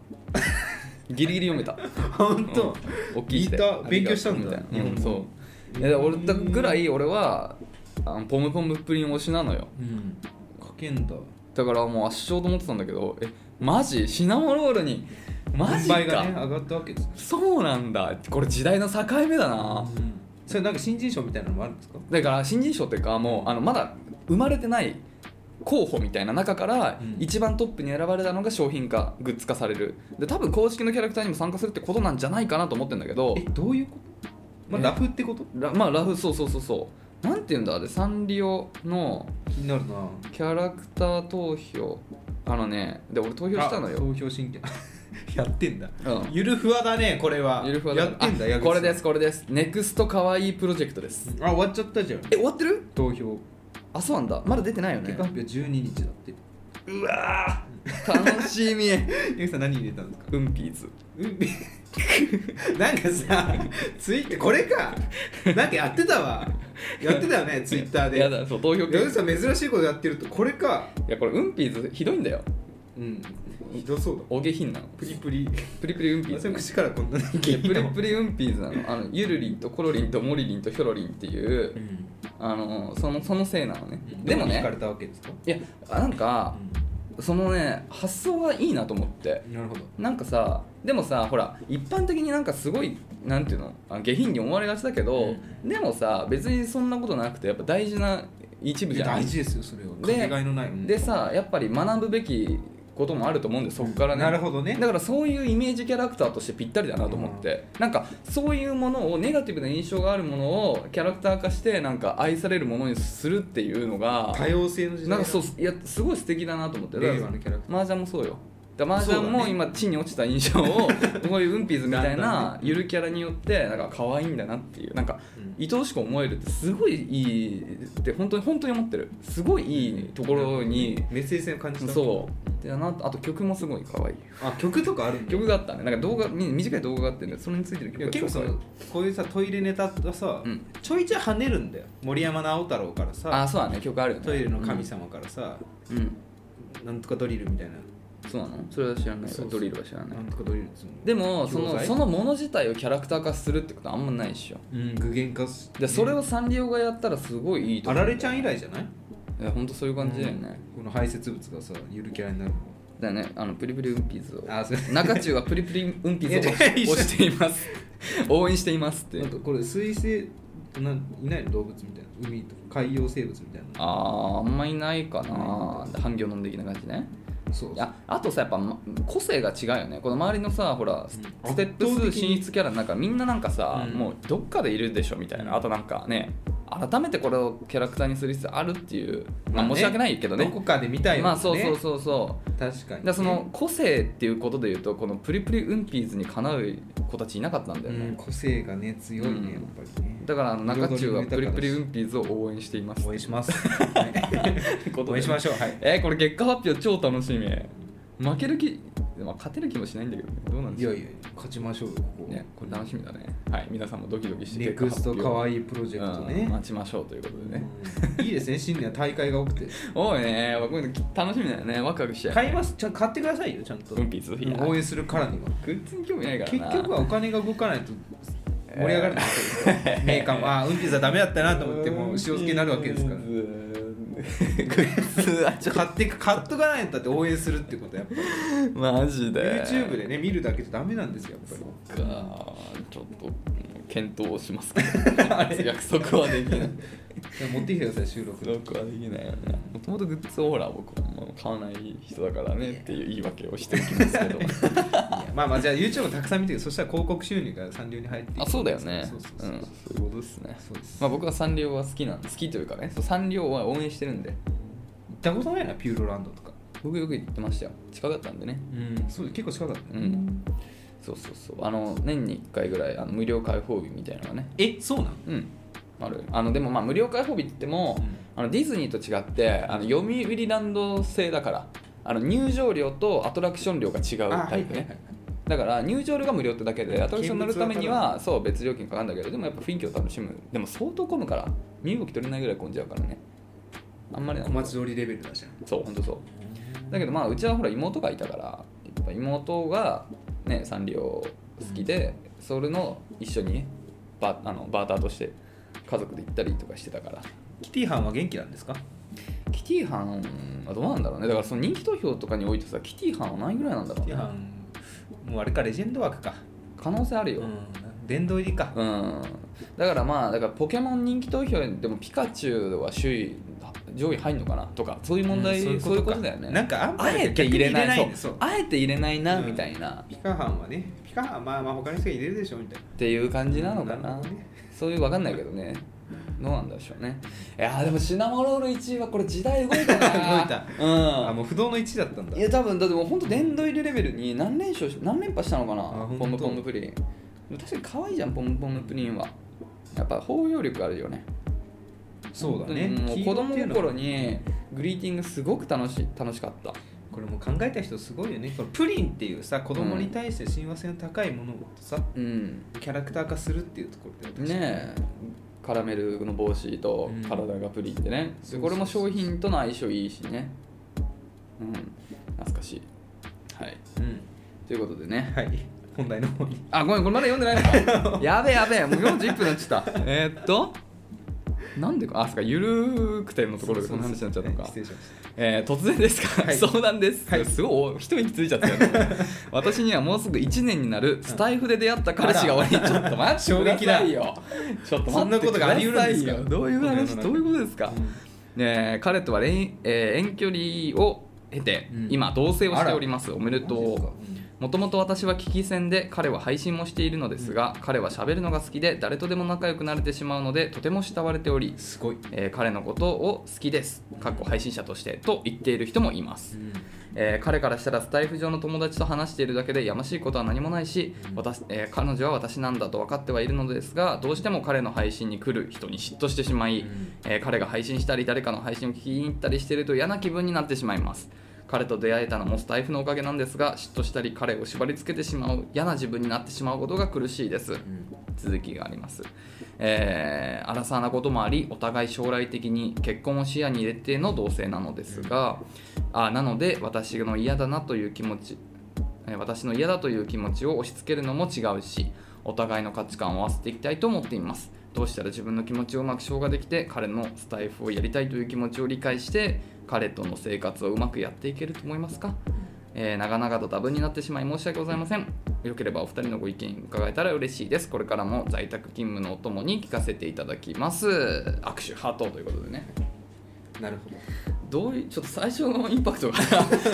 ギリギリ読めた本当、大きい字でギター勉強したんだありがとう日みたいな、本う語ん、そうで俺だぐらい俺はあのポムポムプリン推しなのようん書けんだだからもう圧勝と思ってたんだけどえマジシナモロールにマジか、軍配がね上がったわけです、そうなんだこれ時代の境目だなうんそれなんか新人賞みたいなのもあるんですかだから新人賞っていうかもうあのまだ生まれてない候補みたいな中からうん一番トップに選ばれたのが商品化グッズ化されるで多分公式のキャラクターにも参加するってことなんじゃないかなと思ってんだけどえどういうことまあえラフってことラまあラフそうそうそうそうなんて言うんだあれサンリオの気になるなキャラクター投票あのねで俺投票したのあよ投票神経 やってんだうんゆるふわだねこれはゆるふわだやかっらてんだあ矢口さんこれですこれですネクストかわいいプロジェクトですあ終わっちゃったじゃんえ終わってる投票あそうなんだまだ出てないよ結ね果発表12日だってうわー楽しみ矢口さん何入れたんですかうんぴーずうん なんかさツイッターこれかなんかやってたわやってたよねツイッターでやだそう投票矢口権さん珍しいことやってるとこれかいやこれうんぴーずひどいんだようんひどそうだお下品なのプリプリプリプリうんぴー私ずのね口からこんなにいやプリプリうんぴーずなのあのゆるりんとコロリンとモリリンとヒョロリンっていううんあのそのそのせいなのねでも惹かれねたわけですかいやあなんかそのね発想がいいなと思ってうんなるほどなんかさでもさほら一般的になんかすごいなんていうのあ下品に思われがちだけど、うでもさ別にそんなことなくてやっぱ大事な一部いじやゃない大事ですよそれはでかけがえのないうんでさやっぱり学ぶべきこともあると思うんでそこからね、なるほどねだからそういうイメージキャラクターとしてぴったりだなと思って、なんかそういうものをネガティブな印象があるものをキャラクター化してなんか愛されるものにするっていうのが多様性の時代なんかそうういやすごい素敵だなと思ってだから令和のキャラクタ麻雀もそうよだから麻雀そうだもね今地に落ちた印象 をこういうウンピーズみたいだんだなゆるキャラによってなんか可愛いんだなっていうなんかうん愛おしく思えるってすごいいいって本当に本当に思ってるすごいいいところにメッセージ性を感じたそうだなあと曲もすごい可愛いあ曲とかあるんだ曲があったねなんか動画み短い動画があってねそれについてるい曲やが結構そのこういうさトイレネタがさ、うんちょいちょい跳ねるんだよ森山直太朗からさあそうだね曲あるよねトイレの神様からさ、うん、うんなんとかドリルみたいなそうなのそれは知らないわそうそうドリルは知らないなんとかドリルっつうのでもそ教の材そのもの自体をキャラクター化するってことあんまないでしょうん具現化しでそれをサンリオがやったらすごいいいとあ思うられちゃん以来じゃないいやほんとそういう感じだよね、この排泄物がさゆるキャラになるだよねあのプリプリウンピーズをのあそう中中はプリプリウンピーズを いや違う一緒押しています応援しています ってなんかこれ水生なんいないの動物みたいな海とか海洋生物みたいなあーあんまいないかな半魚の的な感じねそういやあとさやっぱま個性が違うよねこの周りのさほらスうんステップ圧倒2的に進出キャラなんかみんななんかさ、うんもうどっかでいるでしょみたいなあとなんかね改めてこれをキャラクターにする必要あるっていう、ままああね申し訳ないけどねどこかで見たいまもんあそうそうそうそう確かにだからその個性っていうことでいうとこのプリプリウンピーズにかなう子たちいなかったんだうよんね、個性がね強いね、うんやっぱりねだからあの中中はプリプリウ運ンピーズを応援しています応援し ます応応援しましょうはいえーこれ結果発表超楽しみ負ける気、まあ、勝てる気もしないんだけどねどうなんで いしょやういや勝ちましょうよここね、これ楽しみだねはい皆さんもドキドキしてネクスト結果可発愛いプロジェクト表ねうん、待ちましょうということでね、うんいいですね新年は大会が多くて多いねこういうの楽しみだよねワクワクしちゃう買いますちゃん買ってくださいよちゃんと、ウンピーズいや応援するからにはグッズに興味ないから結な局はお金が動かないと盛り上がるんですよ、メーカーもああ運転手はダメだったなと思ってもう塩漬けになるわけですからウンピーズグッズはちょっ買って買っとかないんだって応援するってことはやっぱりとマジで YouTube でね見るだけじゃダメなんですよやっぱそっかちょっと検討 しますけど約束はできないり持ってきてください収録録はできないよねもともとグッズオーラ僕はもう買わない人だからねっていう言い訳をしてお きますけどまあまあじゃあ YouTube もたくさん見てくださいそしたら広告収入が三流に入っていくあそうだよねそうそううそうんそういうことですねそうですまあ僕はサンリオは好きなん好きというかねそうサンリオは応援してるんで行ったことないなピューロランドとか僕よく行ってましたよ近かったんでねうんそう結構近かったねうんそうそうそうあの年に1回ぐらいあの無料開放日みたいなのがねえそうなのうんあるあのでもまあ無料開放日って言っても、うあのディズニーと違ってあの読売ランド制だからあの入場料とアトラクション料が違うタイプね、だから入場料が無料ってだけでアトラクション乗るためにはそう別料金かかるんだけどでもやっぱ雰囲気を楽しむでも相当混むから身動き取れないぐらい混んじゃうからねあんまり小松通りレベルだじゃんそう本当そうだけどまあうちはほら妹がいたからやっぱ妹がねサンリオ好きで、それの一緒にねバあのバーターとして家族で行ったりとかしてたからキティハンは元気なんですかキティハンはどうなんだろうねだからその人気投票とかにおいてさキティハンは何位ぐらいなんだろキテうィねハンもうあれかレジェンド枠か可能性あるよ、うん殿堂入りかうん、だからまあだからポケモン人気投票でもピカチュウは首位上位入んのかなとかそういう問題、うんそういうことだよねなんかあんまありえて入れない逆に入れないそうそうあえて入れないな、うんみたいなピカハンはねピカハンまあまあ他の人が入れるでしょみたいなっていう感じなのかな、うんなるほどねそういうわかんないけどねどうなんでしょうねいやーでもシナモロール1位はこれ時代動いたな 動いたあうんもう不動の1位だったんだいや多分だってもう本当殿堂入りレベルに何連勝し何連覇したのかな本当ポムポムプリン確かに可愛いじゃんポムポムプリンはやっぱ包容力あるよねそうだね本当にもう黄子色っ供ていうのは心にグリーティングすごく楽しい楽しかったこれもう考えた人すごいよねこのプリンっていうさ子供に対して親和性の高いものをさ、うんキャラクター化するっていうところで私ねえカラメルの帽子とうん体がプリンでね、そうそうそうこれも商品との相性いいしねうん懐かしいはいうんということでねはい本題の方にあごめんこれまだ読んでな いのかやべえやべえもう41分になっちゃったえーっとなんでかあそっかゆるーくてのところでこの話になっちゃったのか失礼しましえー突然ですか、はい相談です、はいすごいお一息ついちゃっ たよ、ね、私にはもうすぐ1年になるスタイフで出会った彼氏が悪いちょっと待って衝撃だくさいよちょっとそん待なってこくとだがあさりいよ得るんですかどういう話この世の中どういうことですか、えー彼とは恋、えー遠距離を経て、うん今同棲をしておりますおめでたとうもともと私は聞き戦で彼は配信もしているのですが、彼は喋るのが好きで誰とでも仲良くなれてしまうのでとても慕われており、すごい、えー彼のことを好きですかっこ配信者としてと言っている人もいます、えー彼からしたらスタイフ上の友達と話しているだけでやましいことは何もないし私、えー彼女は私なんだと分かってはいるのですがどうしても彼の配信に来る人に嫉妬してしまい、えー彼が配信したり誰かの配信を聞きに行ったりしていると嫌な気分になってしまいます彼と出会えたのもスタイフのおかげなんですが嫉妬したり彼を縛り付けてしまう嫌な自分になってしまうことが苦しいです、続きがあります、えー、アラサーなこともありお互い将来的に結婚を視野に入れての同棲なのですがあなので私の嫌だなという気持ちえー私の嫌だという気持ちを押し付けるのも違うしお互いの価値観を合わせていきたいと思っていますどうしたら自分の気持ちをうまく消化できて彼のスタイフをやりたいという気持ちを理解して彼との生活をうまくやっていけると思いますかえー長々と多分になってしまい申し訳ございませんよければお二人のご意見伺えたら嬉しいですこれからも在宅勤務のお供に聞かせていただきます握手ハートということでねなるほどどういうちょっと最初のインパクトが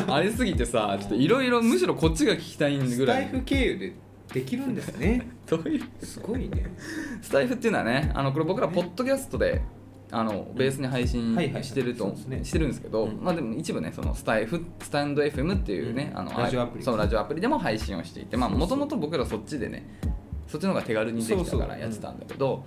ありすぎてさちょっといろいろむしろこっちが聞きたいぐスらタいイフ経由でできるんです ねどういうすごいねスタイフっていうのはねあのこれ僕らポッドキャストであのベースに配信はいはいはいしてると、そうですねしてるんですけど、うんまあでも一部ねそのスタイフスタンド FM っていうね、うんあのラジオアプリそうラジオアプリでも配信をしていてまあもともと僕らそっちでねそっちの方が手軽にできたからやってたんだけど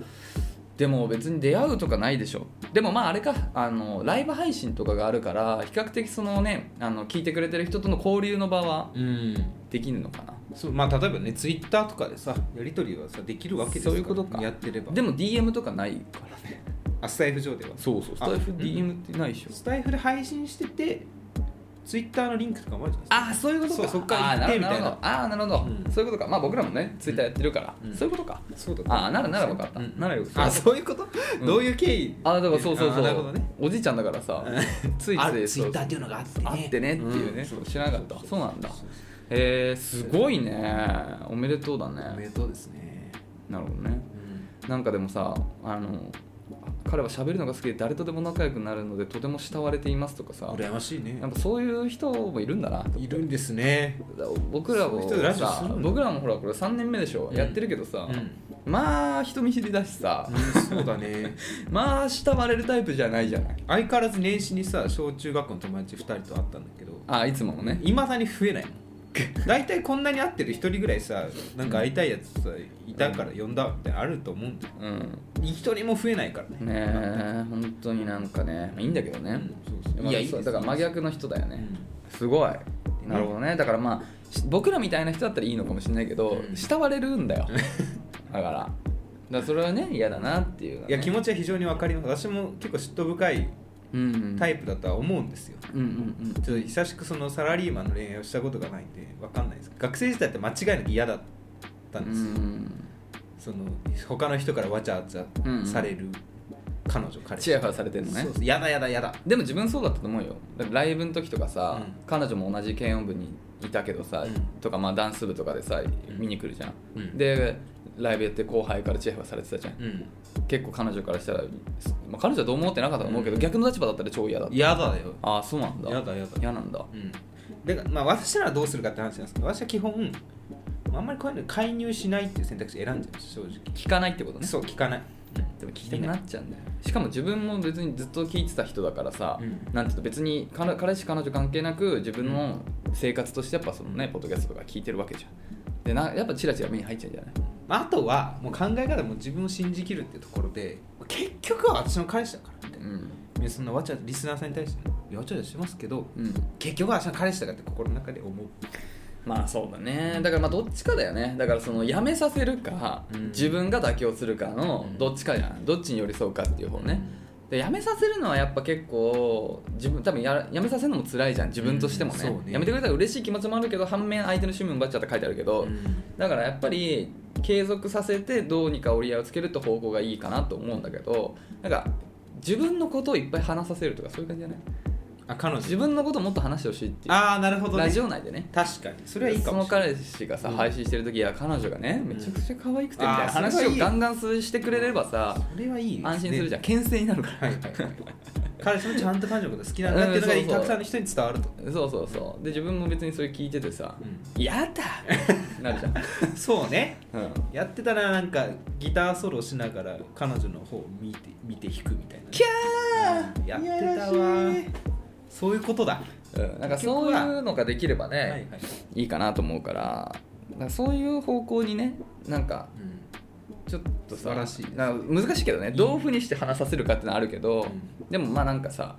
でも別に出会うとかないでしょでもまああれかあのライブ配信とかがあるから比較的そのねあの聞いてくれてる人との交流の場はうんできるのかなそうまあ例えばねツイッターとかでさやり取りはさできるわけですそういうことかやってればでも DM とかないからねあスタイフ上ではそうそうスタイフあ DM ってないでしょスタイフで配信しててツツイッターのリンクとかもあるじゃないですかああそういうことかそうそっから行ってみたいなあーなるほどあーなるほど、うんそういうことかまあ僕らもねツイッターやってるから、うんそういうことかそうだと思うああならなら分かった、うんならよあそういうこと、うんどういう経緯あだからそうそうあそーう、なるほどねおじいちゃんだからさ ついついあそうツイッターっていうのがあってねあってねっていうね、うんそう知らなかったそうなんだそうそうへえすごいねおめでとうだおめねでとうですね、なるほどねなんかでもさあの彼は喋るのが好きで誰とでも仲良くなるのでとても慕われていますとかうさん、羨ましいねなんかそういう人もいるんだなといるんですね僕らもそういう人ラジオすさるんだ僕らもほらこれ3年目でしょ、うんやってるけどさ、うんまあ人見知りだしさ、そうだねまあ慕われるタイプじゃないじゃない相変わらず年始にさ小中学校の友達2人と会ったんだけどあいつものねいまだに増えない大体こんなに会ってる1人ぐらいさなんか会いたいやつさいたから呼んだってあると思うんだようん一人も増えないからねねえ本当になんかねまあいいんだけどね、うんそうそうまあいやいいそうですだから真逆の人だよね、うすごいなるほどねだからまあし僕らみたいな人だったらいいのかもしれないけど、うん慕われるんだ よだからだからそれはね嫌だなっていうのはね、んいや気持ちは非常に分かります私も結構嫉妬深いうんうんタイプだとは思うんですようんうんうんちょっと久しくそのサラリーマンの恋愛をしたことがないんで分かんないです学生時代って間違いなく嫌だったんですよ、うんその他の人からわちゃわちゃされる彼女彼氏チヤホヤされてるのねそうそうやだやだやだでも自分そうだったと思うよだからライブの時とかさ、うん彼女も同じ軽音部にいたけどさ、うんとかまあダンス部とかでさん見に来るじゃん、うんでライブやって後輩からチヤホヤされてたじゃん、うん結構彼女からしたら、まあ、彼女はどう思ってなかったと思うけど、うん逆の立場だったら超嫌だったやだよああそうなんだやだやだ嫌なんだうんでまあ私ならどうするかって話なんですけど私は基本あんまりこういうのに介入しないっていう選択肢選んじゃいます正直聞かないってことねそう聞かない、でも聞きたくなっちゃうんだよしかも自分も別にずっと聞いてた人だからさ、うんなんていうの別に彼彼氏彼女関係なく自分の生活としてやっぱそのねポッドキャストとか聞いてるわけじゃんでなやっぱチラチラ目に入っちゃうんじゃないまあ、あとはもう考え方も自分を信じきるっていうところで結局は私の彼氏だからみたいなうんみんなそんなわちゃリスナーさんに対してねわちゃわちゃしてますけどうん結局は私の彼氏だからって心の中で思うまあそうだねだからまあどっちかだよねだからそのやめさせるか、うん自分が妥協するかのうんどっちかじゃないどっちに寄り添うかっていう方ね、でやめさせるのはやっぱ結構自分多分ややめさせるのも辛いじゃん自分としてもね,、うんそうねやめてくれたら嬉しい気持ちもあるけど反面相手の趣味も奪っちゃったって書いてあるけど、だからやっぱり継続させてどうにか折り合いをつけるって方向がいいかなと思うんだけどなんか自分のことをいっぱい話させるとかそういう感じじゃないあ彼自女分のことをもっと話してほしいっていうああなるほどねラジオ内でね確かにそれはいいかそものしれない彼氏がさ、うん配信してる時いや彼女がねめちゃくちゃ可愛くてみたいあなー話それをはいいガンガンしてくれればさそれはいいですね安心するじゃんん牽制になるからはいはいはい彼氏もちゃんと彼女のこと好きなんだっていうのがうんそうそうたくさんの人に伝わると そうそうそうで自分も別にそれ聞いててさ「やだ!」なるじゃん、そうねうん、やってたらなんかギターソロしながら彼女の方を見て見て弾くみたいなねキうんャーやってたわそういうことだうん、なんかそういうのができればね、はいいはい、い、かなと思うからだからそういう方向にねなんかうんちょっとさ素晴らしいなんか難しいけどねどういうふうにして話させるかってのはあるけど、うんでもまあなんかさ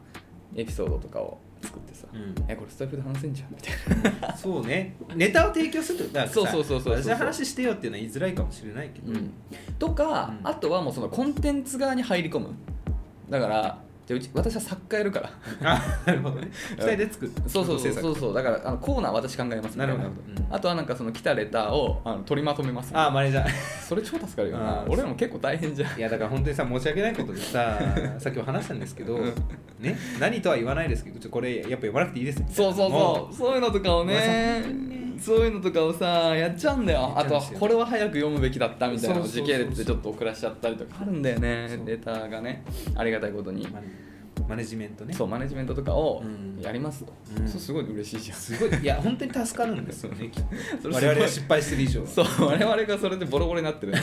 エピソードとかを作ってさ「うんえこれスタイフで話せんじゃん」みたいそうねネタを提供するってことだからさそうそうそうそうそう私の話してよっていうのは言いづらいかもしれないけど、な、 とか、うんあとはもうそのコンテンツ側に入り込むだからじゃあうち私は作家やる からあなるほどねん2人で作るそうそうそうそうそうだからあのコーナー私考えますみたないるほどうんあとはなんかその来たレターをあの取りまとめますみたいなあマネージャーそれ超助かるよあなー俺らも結構大変じゃんいやだから本当にさ申し訳ないことで ささっきも話したんですけど、うんね、何とは言わないですけどちょこれやっぱ読まなくていいですみたいそなうそうもそうそういうのとかをねそういうのとかをさやっちゃうんだよやあっちとゃうんはですよこれは早く読むべきだったみたいなのをそうそうそ時う系列でちょっと遅らしちゃったりとかあるんだよねそうレターがねありがたいことにマネマネジメントねそうマネジメントとかをうんやりますとうんそうすごい嬉しいじゃんすごいいや本当に助かるんですよ ねきっとそれすごい我々が失敗する以上はそう我々がそれでボロボロになってるんで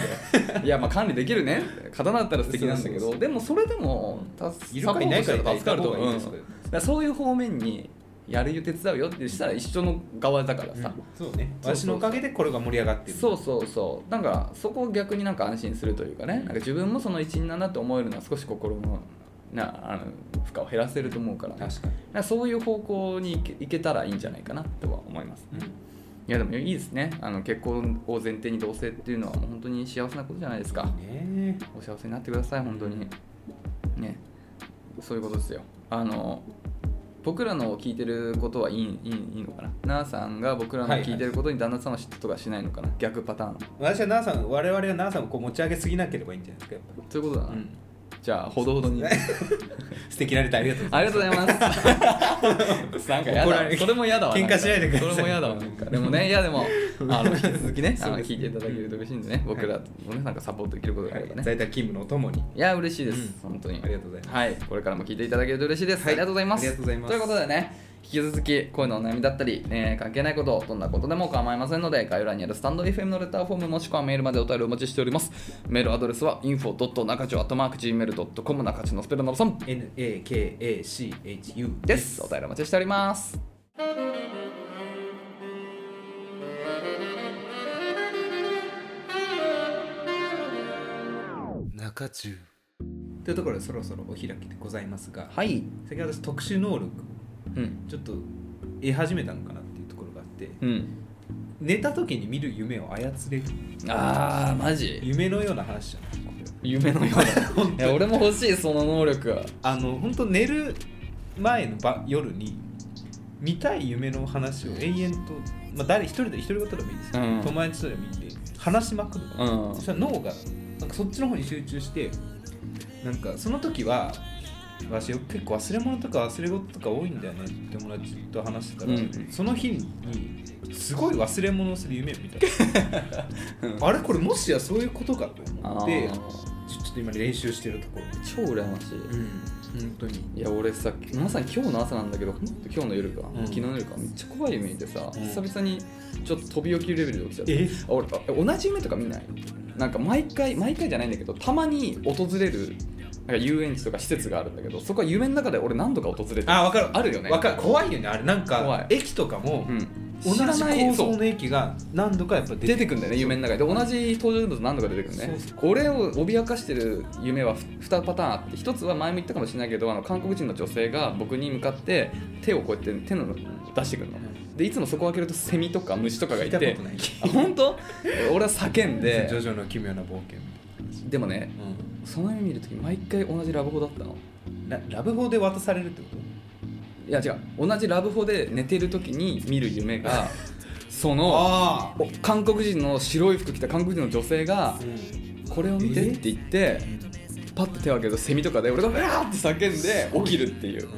いやまあ管理できるね刀だったら素敵なんだけそうそうどそうでもそれでもたいるかいないかでサポートしたら助かるといた方がいいですうんけどだからそういう方面にやるよ手伝うよってしたら一緒の側だからうんさ、そうねそうそうそ私のうおかげでこれが盛り上がってるそうそうそうなんかそこを逆になんか安心するというかねなんか自分もその一員だなって思えるのは少し心のなあの負荷を減らせると思うから,、確かに、なんかそういう方向に行け行けたらいいんじゃないかなとは思います、いやでもいいですねあの結婚を前提に同棲っていうのはもう本当に幸せなことじゃないですかいいねお幸せになってください本当にねそういうことですよあの僕らの聞いてることはいいいいいいのかななーさんが僕らの聞いてることに旦那さんは嫉妬とかしないのかな、逆パターン私は奈々さん我々は奈々さんをこう持ち上げすぎなければいいんじゃないですかやっぱそういうことだな、り、うん、じゃあほどほどに素敵なネタありがとうございますありがとうございます なんかや怒られだるそれも嫌だわ喧嘩しないでくださいそれも嫌だわなんかでもねいやで もあの引き続きねあそのうです聞いていただけると嬉しいんでね僕らもねなんかサポートできることがあればね、在宅勤務のお供にいや嬉しいです、うん本当にありがとうございますはいこれからも聞いていただけると嬉しいです、はいありがとうございますありがとうございますということでね引き続き声のお悩みだったり、えー関係ないことどんなことでも構いませんので概要欄にあるスタンド FM のレターフォームもしくはメールまでお便りお待ちしておりますメールアドレスは info.nakachu.gmail.com 中地のスペルのロさん NAKACHU ですお便りお待ちしております中中というところでそろそろお開きでございますがはい先ほど私特殊能力うんちょっと得始めたのかなっていうところがあってうん寝た時に見る夢を操れるあーマジ夢のような話じゃないこれ夢のような いや俺も欲しいその能力はあの本当寝る前のば夜に見たい夢の話を延々と、まあ、誰一人で一人ごとでもいいですよ、うん友達とでもいいんで話しまくるの、うんそしたら脳がなんかそっちの方に集中してなんかその時は私よく結構忘れ物とか忘れ事とか多いんだよねって友達と話してたら、うんその日にすごい忘れ物をする夢を見 たあれこれもしやそういうことかと思ってあーちょちょっと今練習してるところ超羨ましいうん本当にいや俺さまさに今日の朝なんだけどほんと今日の夜か、うん昨日の夜かめっちゃ怖い夢見てさ、うん久々にちょっと飛び起きるレベルで起きちゃったえあ俺あ同じ夢とか見ないなんか毎回毎回じゃないんだけどたまに訪れるなんか遊園地とか施設があるんだけどそこは夢の中で俺何度か訪れてるあ分かるあるよねわかる怖いよねあれなん怖いか駅とかもうん、同知じらない構そ想うの駅が何度かやっぱ出出ててくくるんだよね夢の中でで同じ登場人物何度か出てくるねそう俺を脅かしてる夢は2パターンあって1つは前も言ったかもしれないけどあの韓国人の女性が僕に向かって手をこうやって手の出してくるのでいつもそこを開けるとセミとか虫とかが聞いいたこてとないあ本当俺は叫んでジョでジョの奇妙な冒険でもねその夢見るとき毎回同じラブホだったのうんララブホで渡されるってこといや違う同じラブホで寝てるときに見る夢 がそのあお韓国人の白い服着た韓国人の女性がこれを見てって言ってパッと手を開けるとセミとかで俺が「うわ!」って叫んで起きるっていう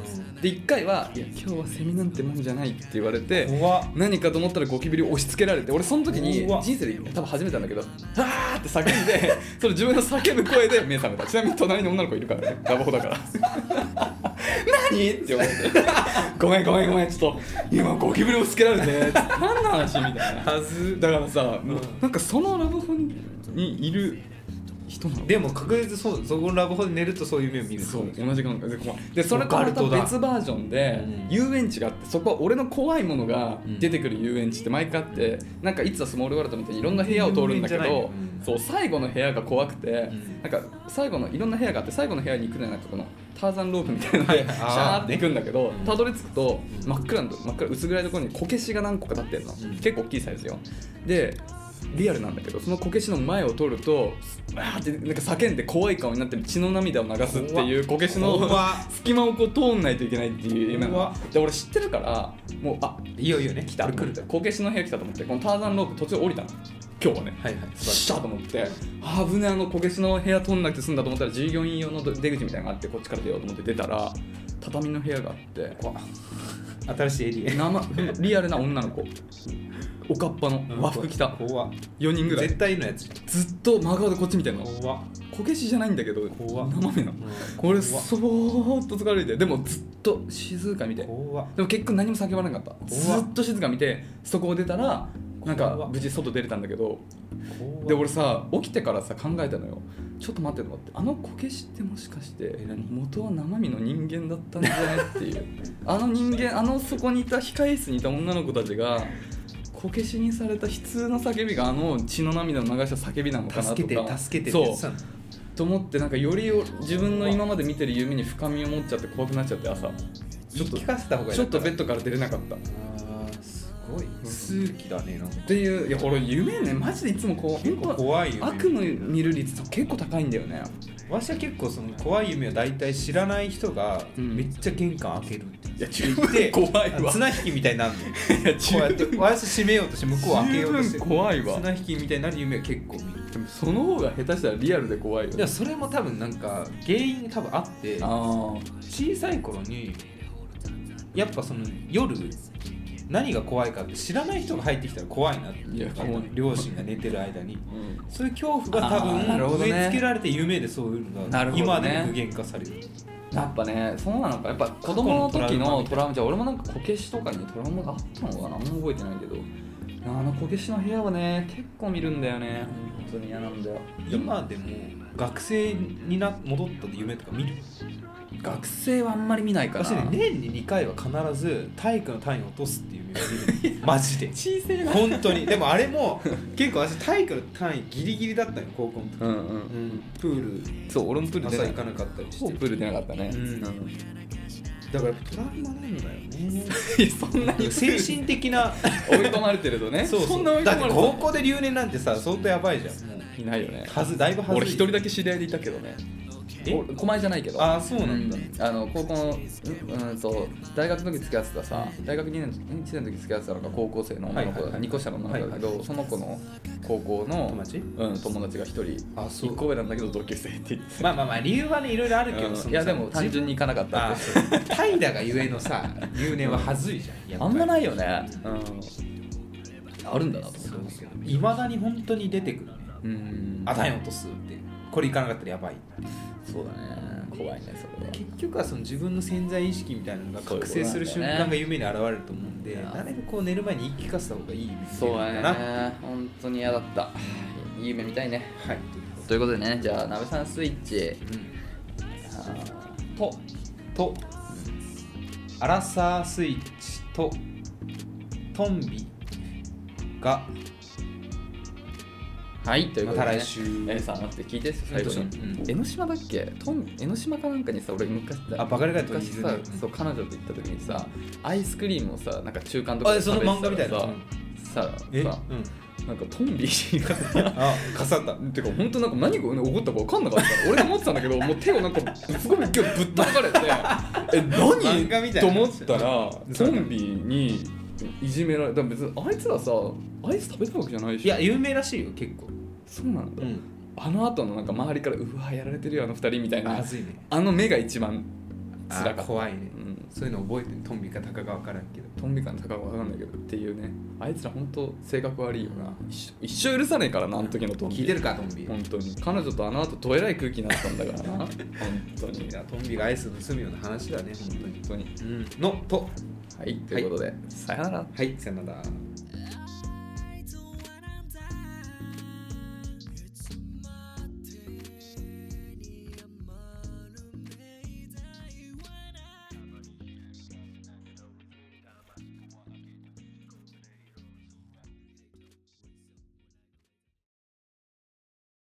で1回は「いや今日はセミなんてもんじゃない」って言われて怖っ何かと思ったらゴキブリを押し付けられて俺その時にうわ人生で多分初めてなんだけど「あー!」って叫ん でそれ自分の叫ぶ声で目覚めたちなみに隣に女の子いるからねラブホだから「何?」って思って「ごめんごめんごめんちょっと今ゴキブリ押し付けられて何の話?」みたいなはずだからさ、んもうなんかそのラブホににいる人なのでも確実そうそこのラブホで寝るとそういう夢を見るそう同じ感覚で怖いでそれとまオカルたトだ別バージョンで、うん遊園地があってそこは俺の怖いものが出てくる遊園地って毎回あって、なんかいつはスモールワールドみたいにいろんな部屋を通るんだけ遊園地じゃどないね、うんそう最後の部屋が怖くて、んなんか最後のいろんな部屋があって最後の部屋に行くのになんかこのターザンロープみたいなのはい でシャーって行くんだけどうんたどり着くとうん真っ暗の真っ暗薄暗いところにこけしが何個か立ってるの、うん結構大きいサイズよでリアルなんだけどそのこけしの前を通るとわーってなんか叫んで怖い顔になってる血の涙を流すっていうこけしの怖っ隙間をこう通んないといけないっていう夢なの怖っで俺知ってるからもうあいいよいいよね来た来るとこけしの部屋来たと思ってこのターザンロープ途中降りたの今日はねはいはいしゃーと思ってあぶねえあのこけしの部屋取んなくて済んだと思ったら従業員用の出口みたいなのがあってこっちから出ようと思って出たら畳の部屋があって怖っ新しいエリア生 リアルな女の子おかっぱの和服着た怖っ4人ぐらい絶対のやつずっと真顔でこっち見てんの怖っこけしじゃないんだけど怖っ生身のうん俺そーっと疲れてでもずっと静か見て怖っでも結局何も叫ばなかったずっと静か見てそこを出たらなんか無事外出れたんだけど怖っで俺さ起きてからさ考えたのよちょっと待ってと思ってあのこけしってもしかしてえ何元は生身の人間だったんじゃないって いうあの人間あのそこにいた控え室にいた女の子たちがこけしにされた悲痛な叫びがあの血の涙を流した叫びなのかなとか助けて助けてってそやつなのうと思ってなんかより自分の今まで見てる夢に深みを持っちゃって怖くなっちゃって朝ちょっと言い聞かせた方がいいちょっとベッドから出れなかったっあーすごい数奇だねなんかていういやこれ夢ねマジでいつもこう結構本当は怖いよ、ね、悪の見る率結構高いんだよねわしは結構その怖い夢を大体知らない人がうんめっちゃ玄関開けるっていういや十十分分怖いあわ綱引きみたいになるのいやこうやってワイス閉めようとして向こうを開けようとして十分怖いわ綱引きみたいになる夢は結構見るでもその方が下手したらリアルで怖いよでもそれも多分なんか原因多分あってあ小さい頃にやっぱその夜何が怖いかって知らない人が入ってきたら怖いなっていや怖い両親が寝てる間にあ、うん、そういう恐怖が多あーなるほ分ど植ねえ付けられて夢でそういうのなるがほ今どねでも具現化されるやっぱねそうなのかやっぱ子供の時のトラウマじゃあ俺もなんかこけしとかにトラウマがあったのかなあんま覚えてないけどあのこけしの部屋はね結構見るんだよね本当に嫌なんだよ今でも学生にな戻った夢とか見る学生はあんまり見ないから私ね年に2回は必ず体育の単位を落とすっていう夢を 見るマジで小さい本当にでもあれも結構私体育の単位ギリギリだったよ高校の時、うんうんプールそう俺もプール出朝な行いかなかったりほしぼてプール出なかったねうんだからやっぱトラウマなんだよ ねいや そんなに精神的 な追い込まれてるとねそうそうな追いだっ込まてれ高る校で留年なんてさ相当やばいじゃんもうといないよねはずだいぶはずい俺一人だけ知り合いでいたけどねえ俺狛江じゃないけどああそうなんだ、うんあの高校のうんうんと大学の時付き合ってたさ大学2年1年の時付き合ってたのが高校生の女の子はいはいはい2個下の女の子だけど、はいその子の高校の友達うん、友達が1人あそう1個上なんだけど同級生って言ってまあまあまあ理由はねいろいろあるけど、うんそのいやでも単純に行かなかったあって怠惰がゆえのさ留年ははずいじゃんやっぱありんまないよね、うん、あるんだなとそ思うっそてういまだに本当に出てくるねうんあだよとすってこれいかなかったらやばいそうだね怖いねそれは結局はその自分の潜在意識みたいなのが覚醒するそう瞬いうことなんだよね間が夢に現れると思うんでいやなるべくこう寝る前に言い聞かせた方がいい夢っていそうのだかなはね本当に嫌だったいい夢見たいねいということでねじゃあなべさんスイッチうんととアラサースイッチとトンビがはいということで、ね、また来週 A さん待って聞いて最後に、うんどうしたのうん江ノ島だっけトン江ノ島かなんかにさ俺昔あバカでかいとこに昔いるねさうんそう彼女と行った時にさアイスクリームをさなんか中間とかあその漫画みたいなさうんさえうんさなんかトンビがさあかさった てか本当なんか何が起こったか分かんなかった俺が思ってたんだ けどもう手をなんかすごい勢いぶっ飛ばされてえ漫画み何たいなと思 ったらトンビにいじめられた別にあいつらさアイス食べたわけじゃないしいや有名らしいよ結構そうなんだ、うんあの後のなんか周りからうわやられてるよあの二人みたいまなずいねあの目が一番あ辛かーった、怖いねうん、そういうの覚えてるトンビかタカか分からんけどトンビ感高くわかんないけどっていうねあいつら本当性格悪いよな一生一生許さねえからなあの時のトンビ聞いてるかトンビ本当に彼女とあの後どえらい空気になったんだから な本当にいやトンビがアイスを盗むような話だね本当に本当にうんのとはいということで、さよならはいさよなら「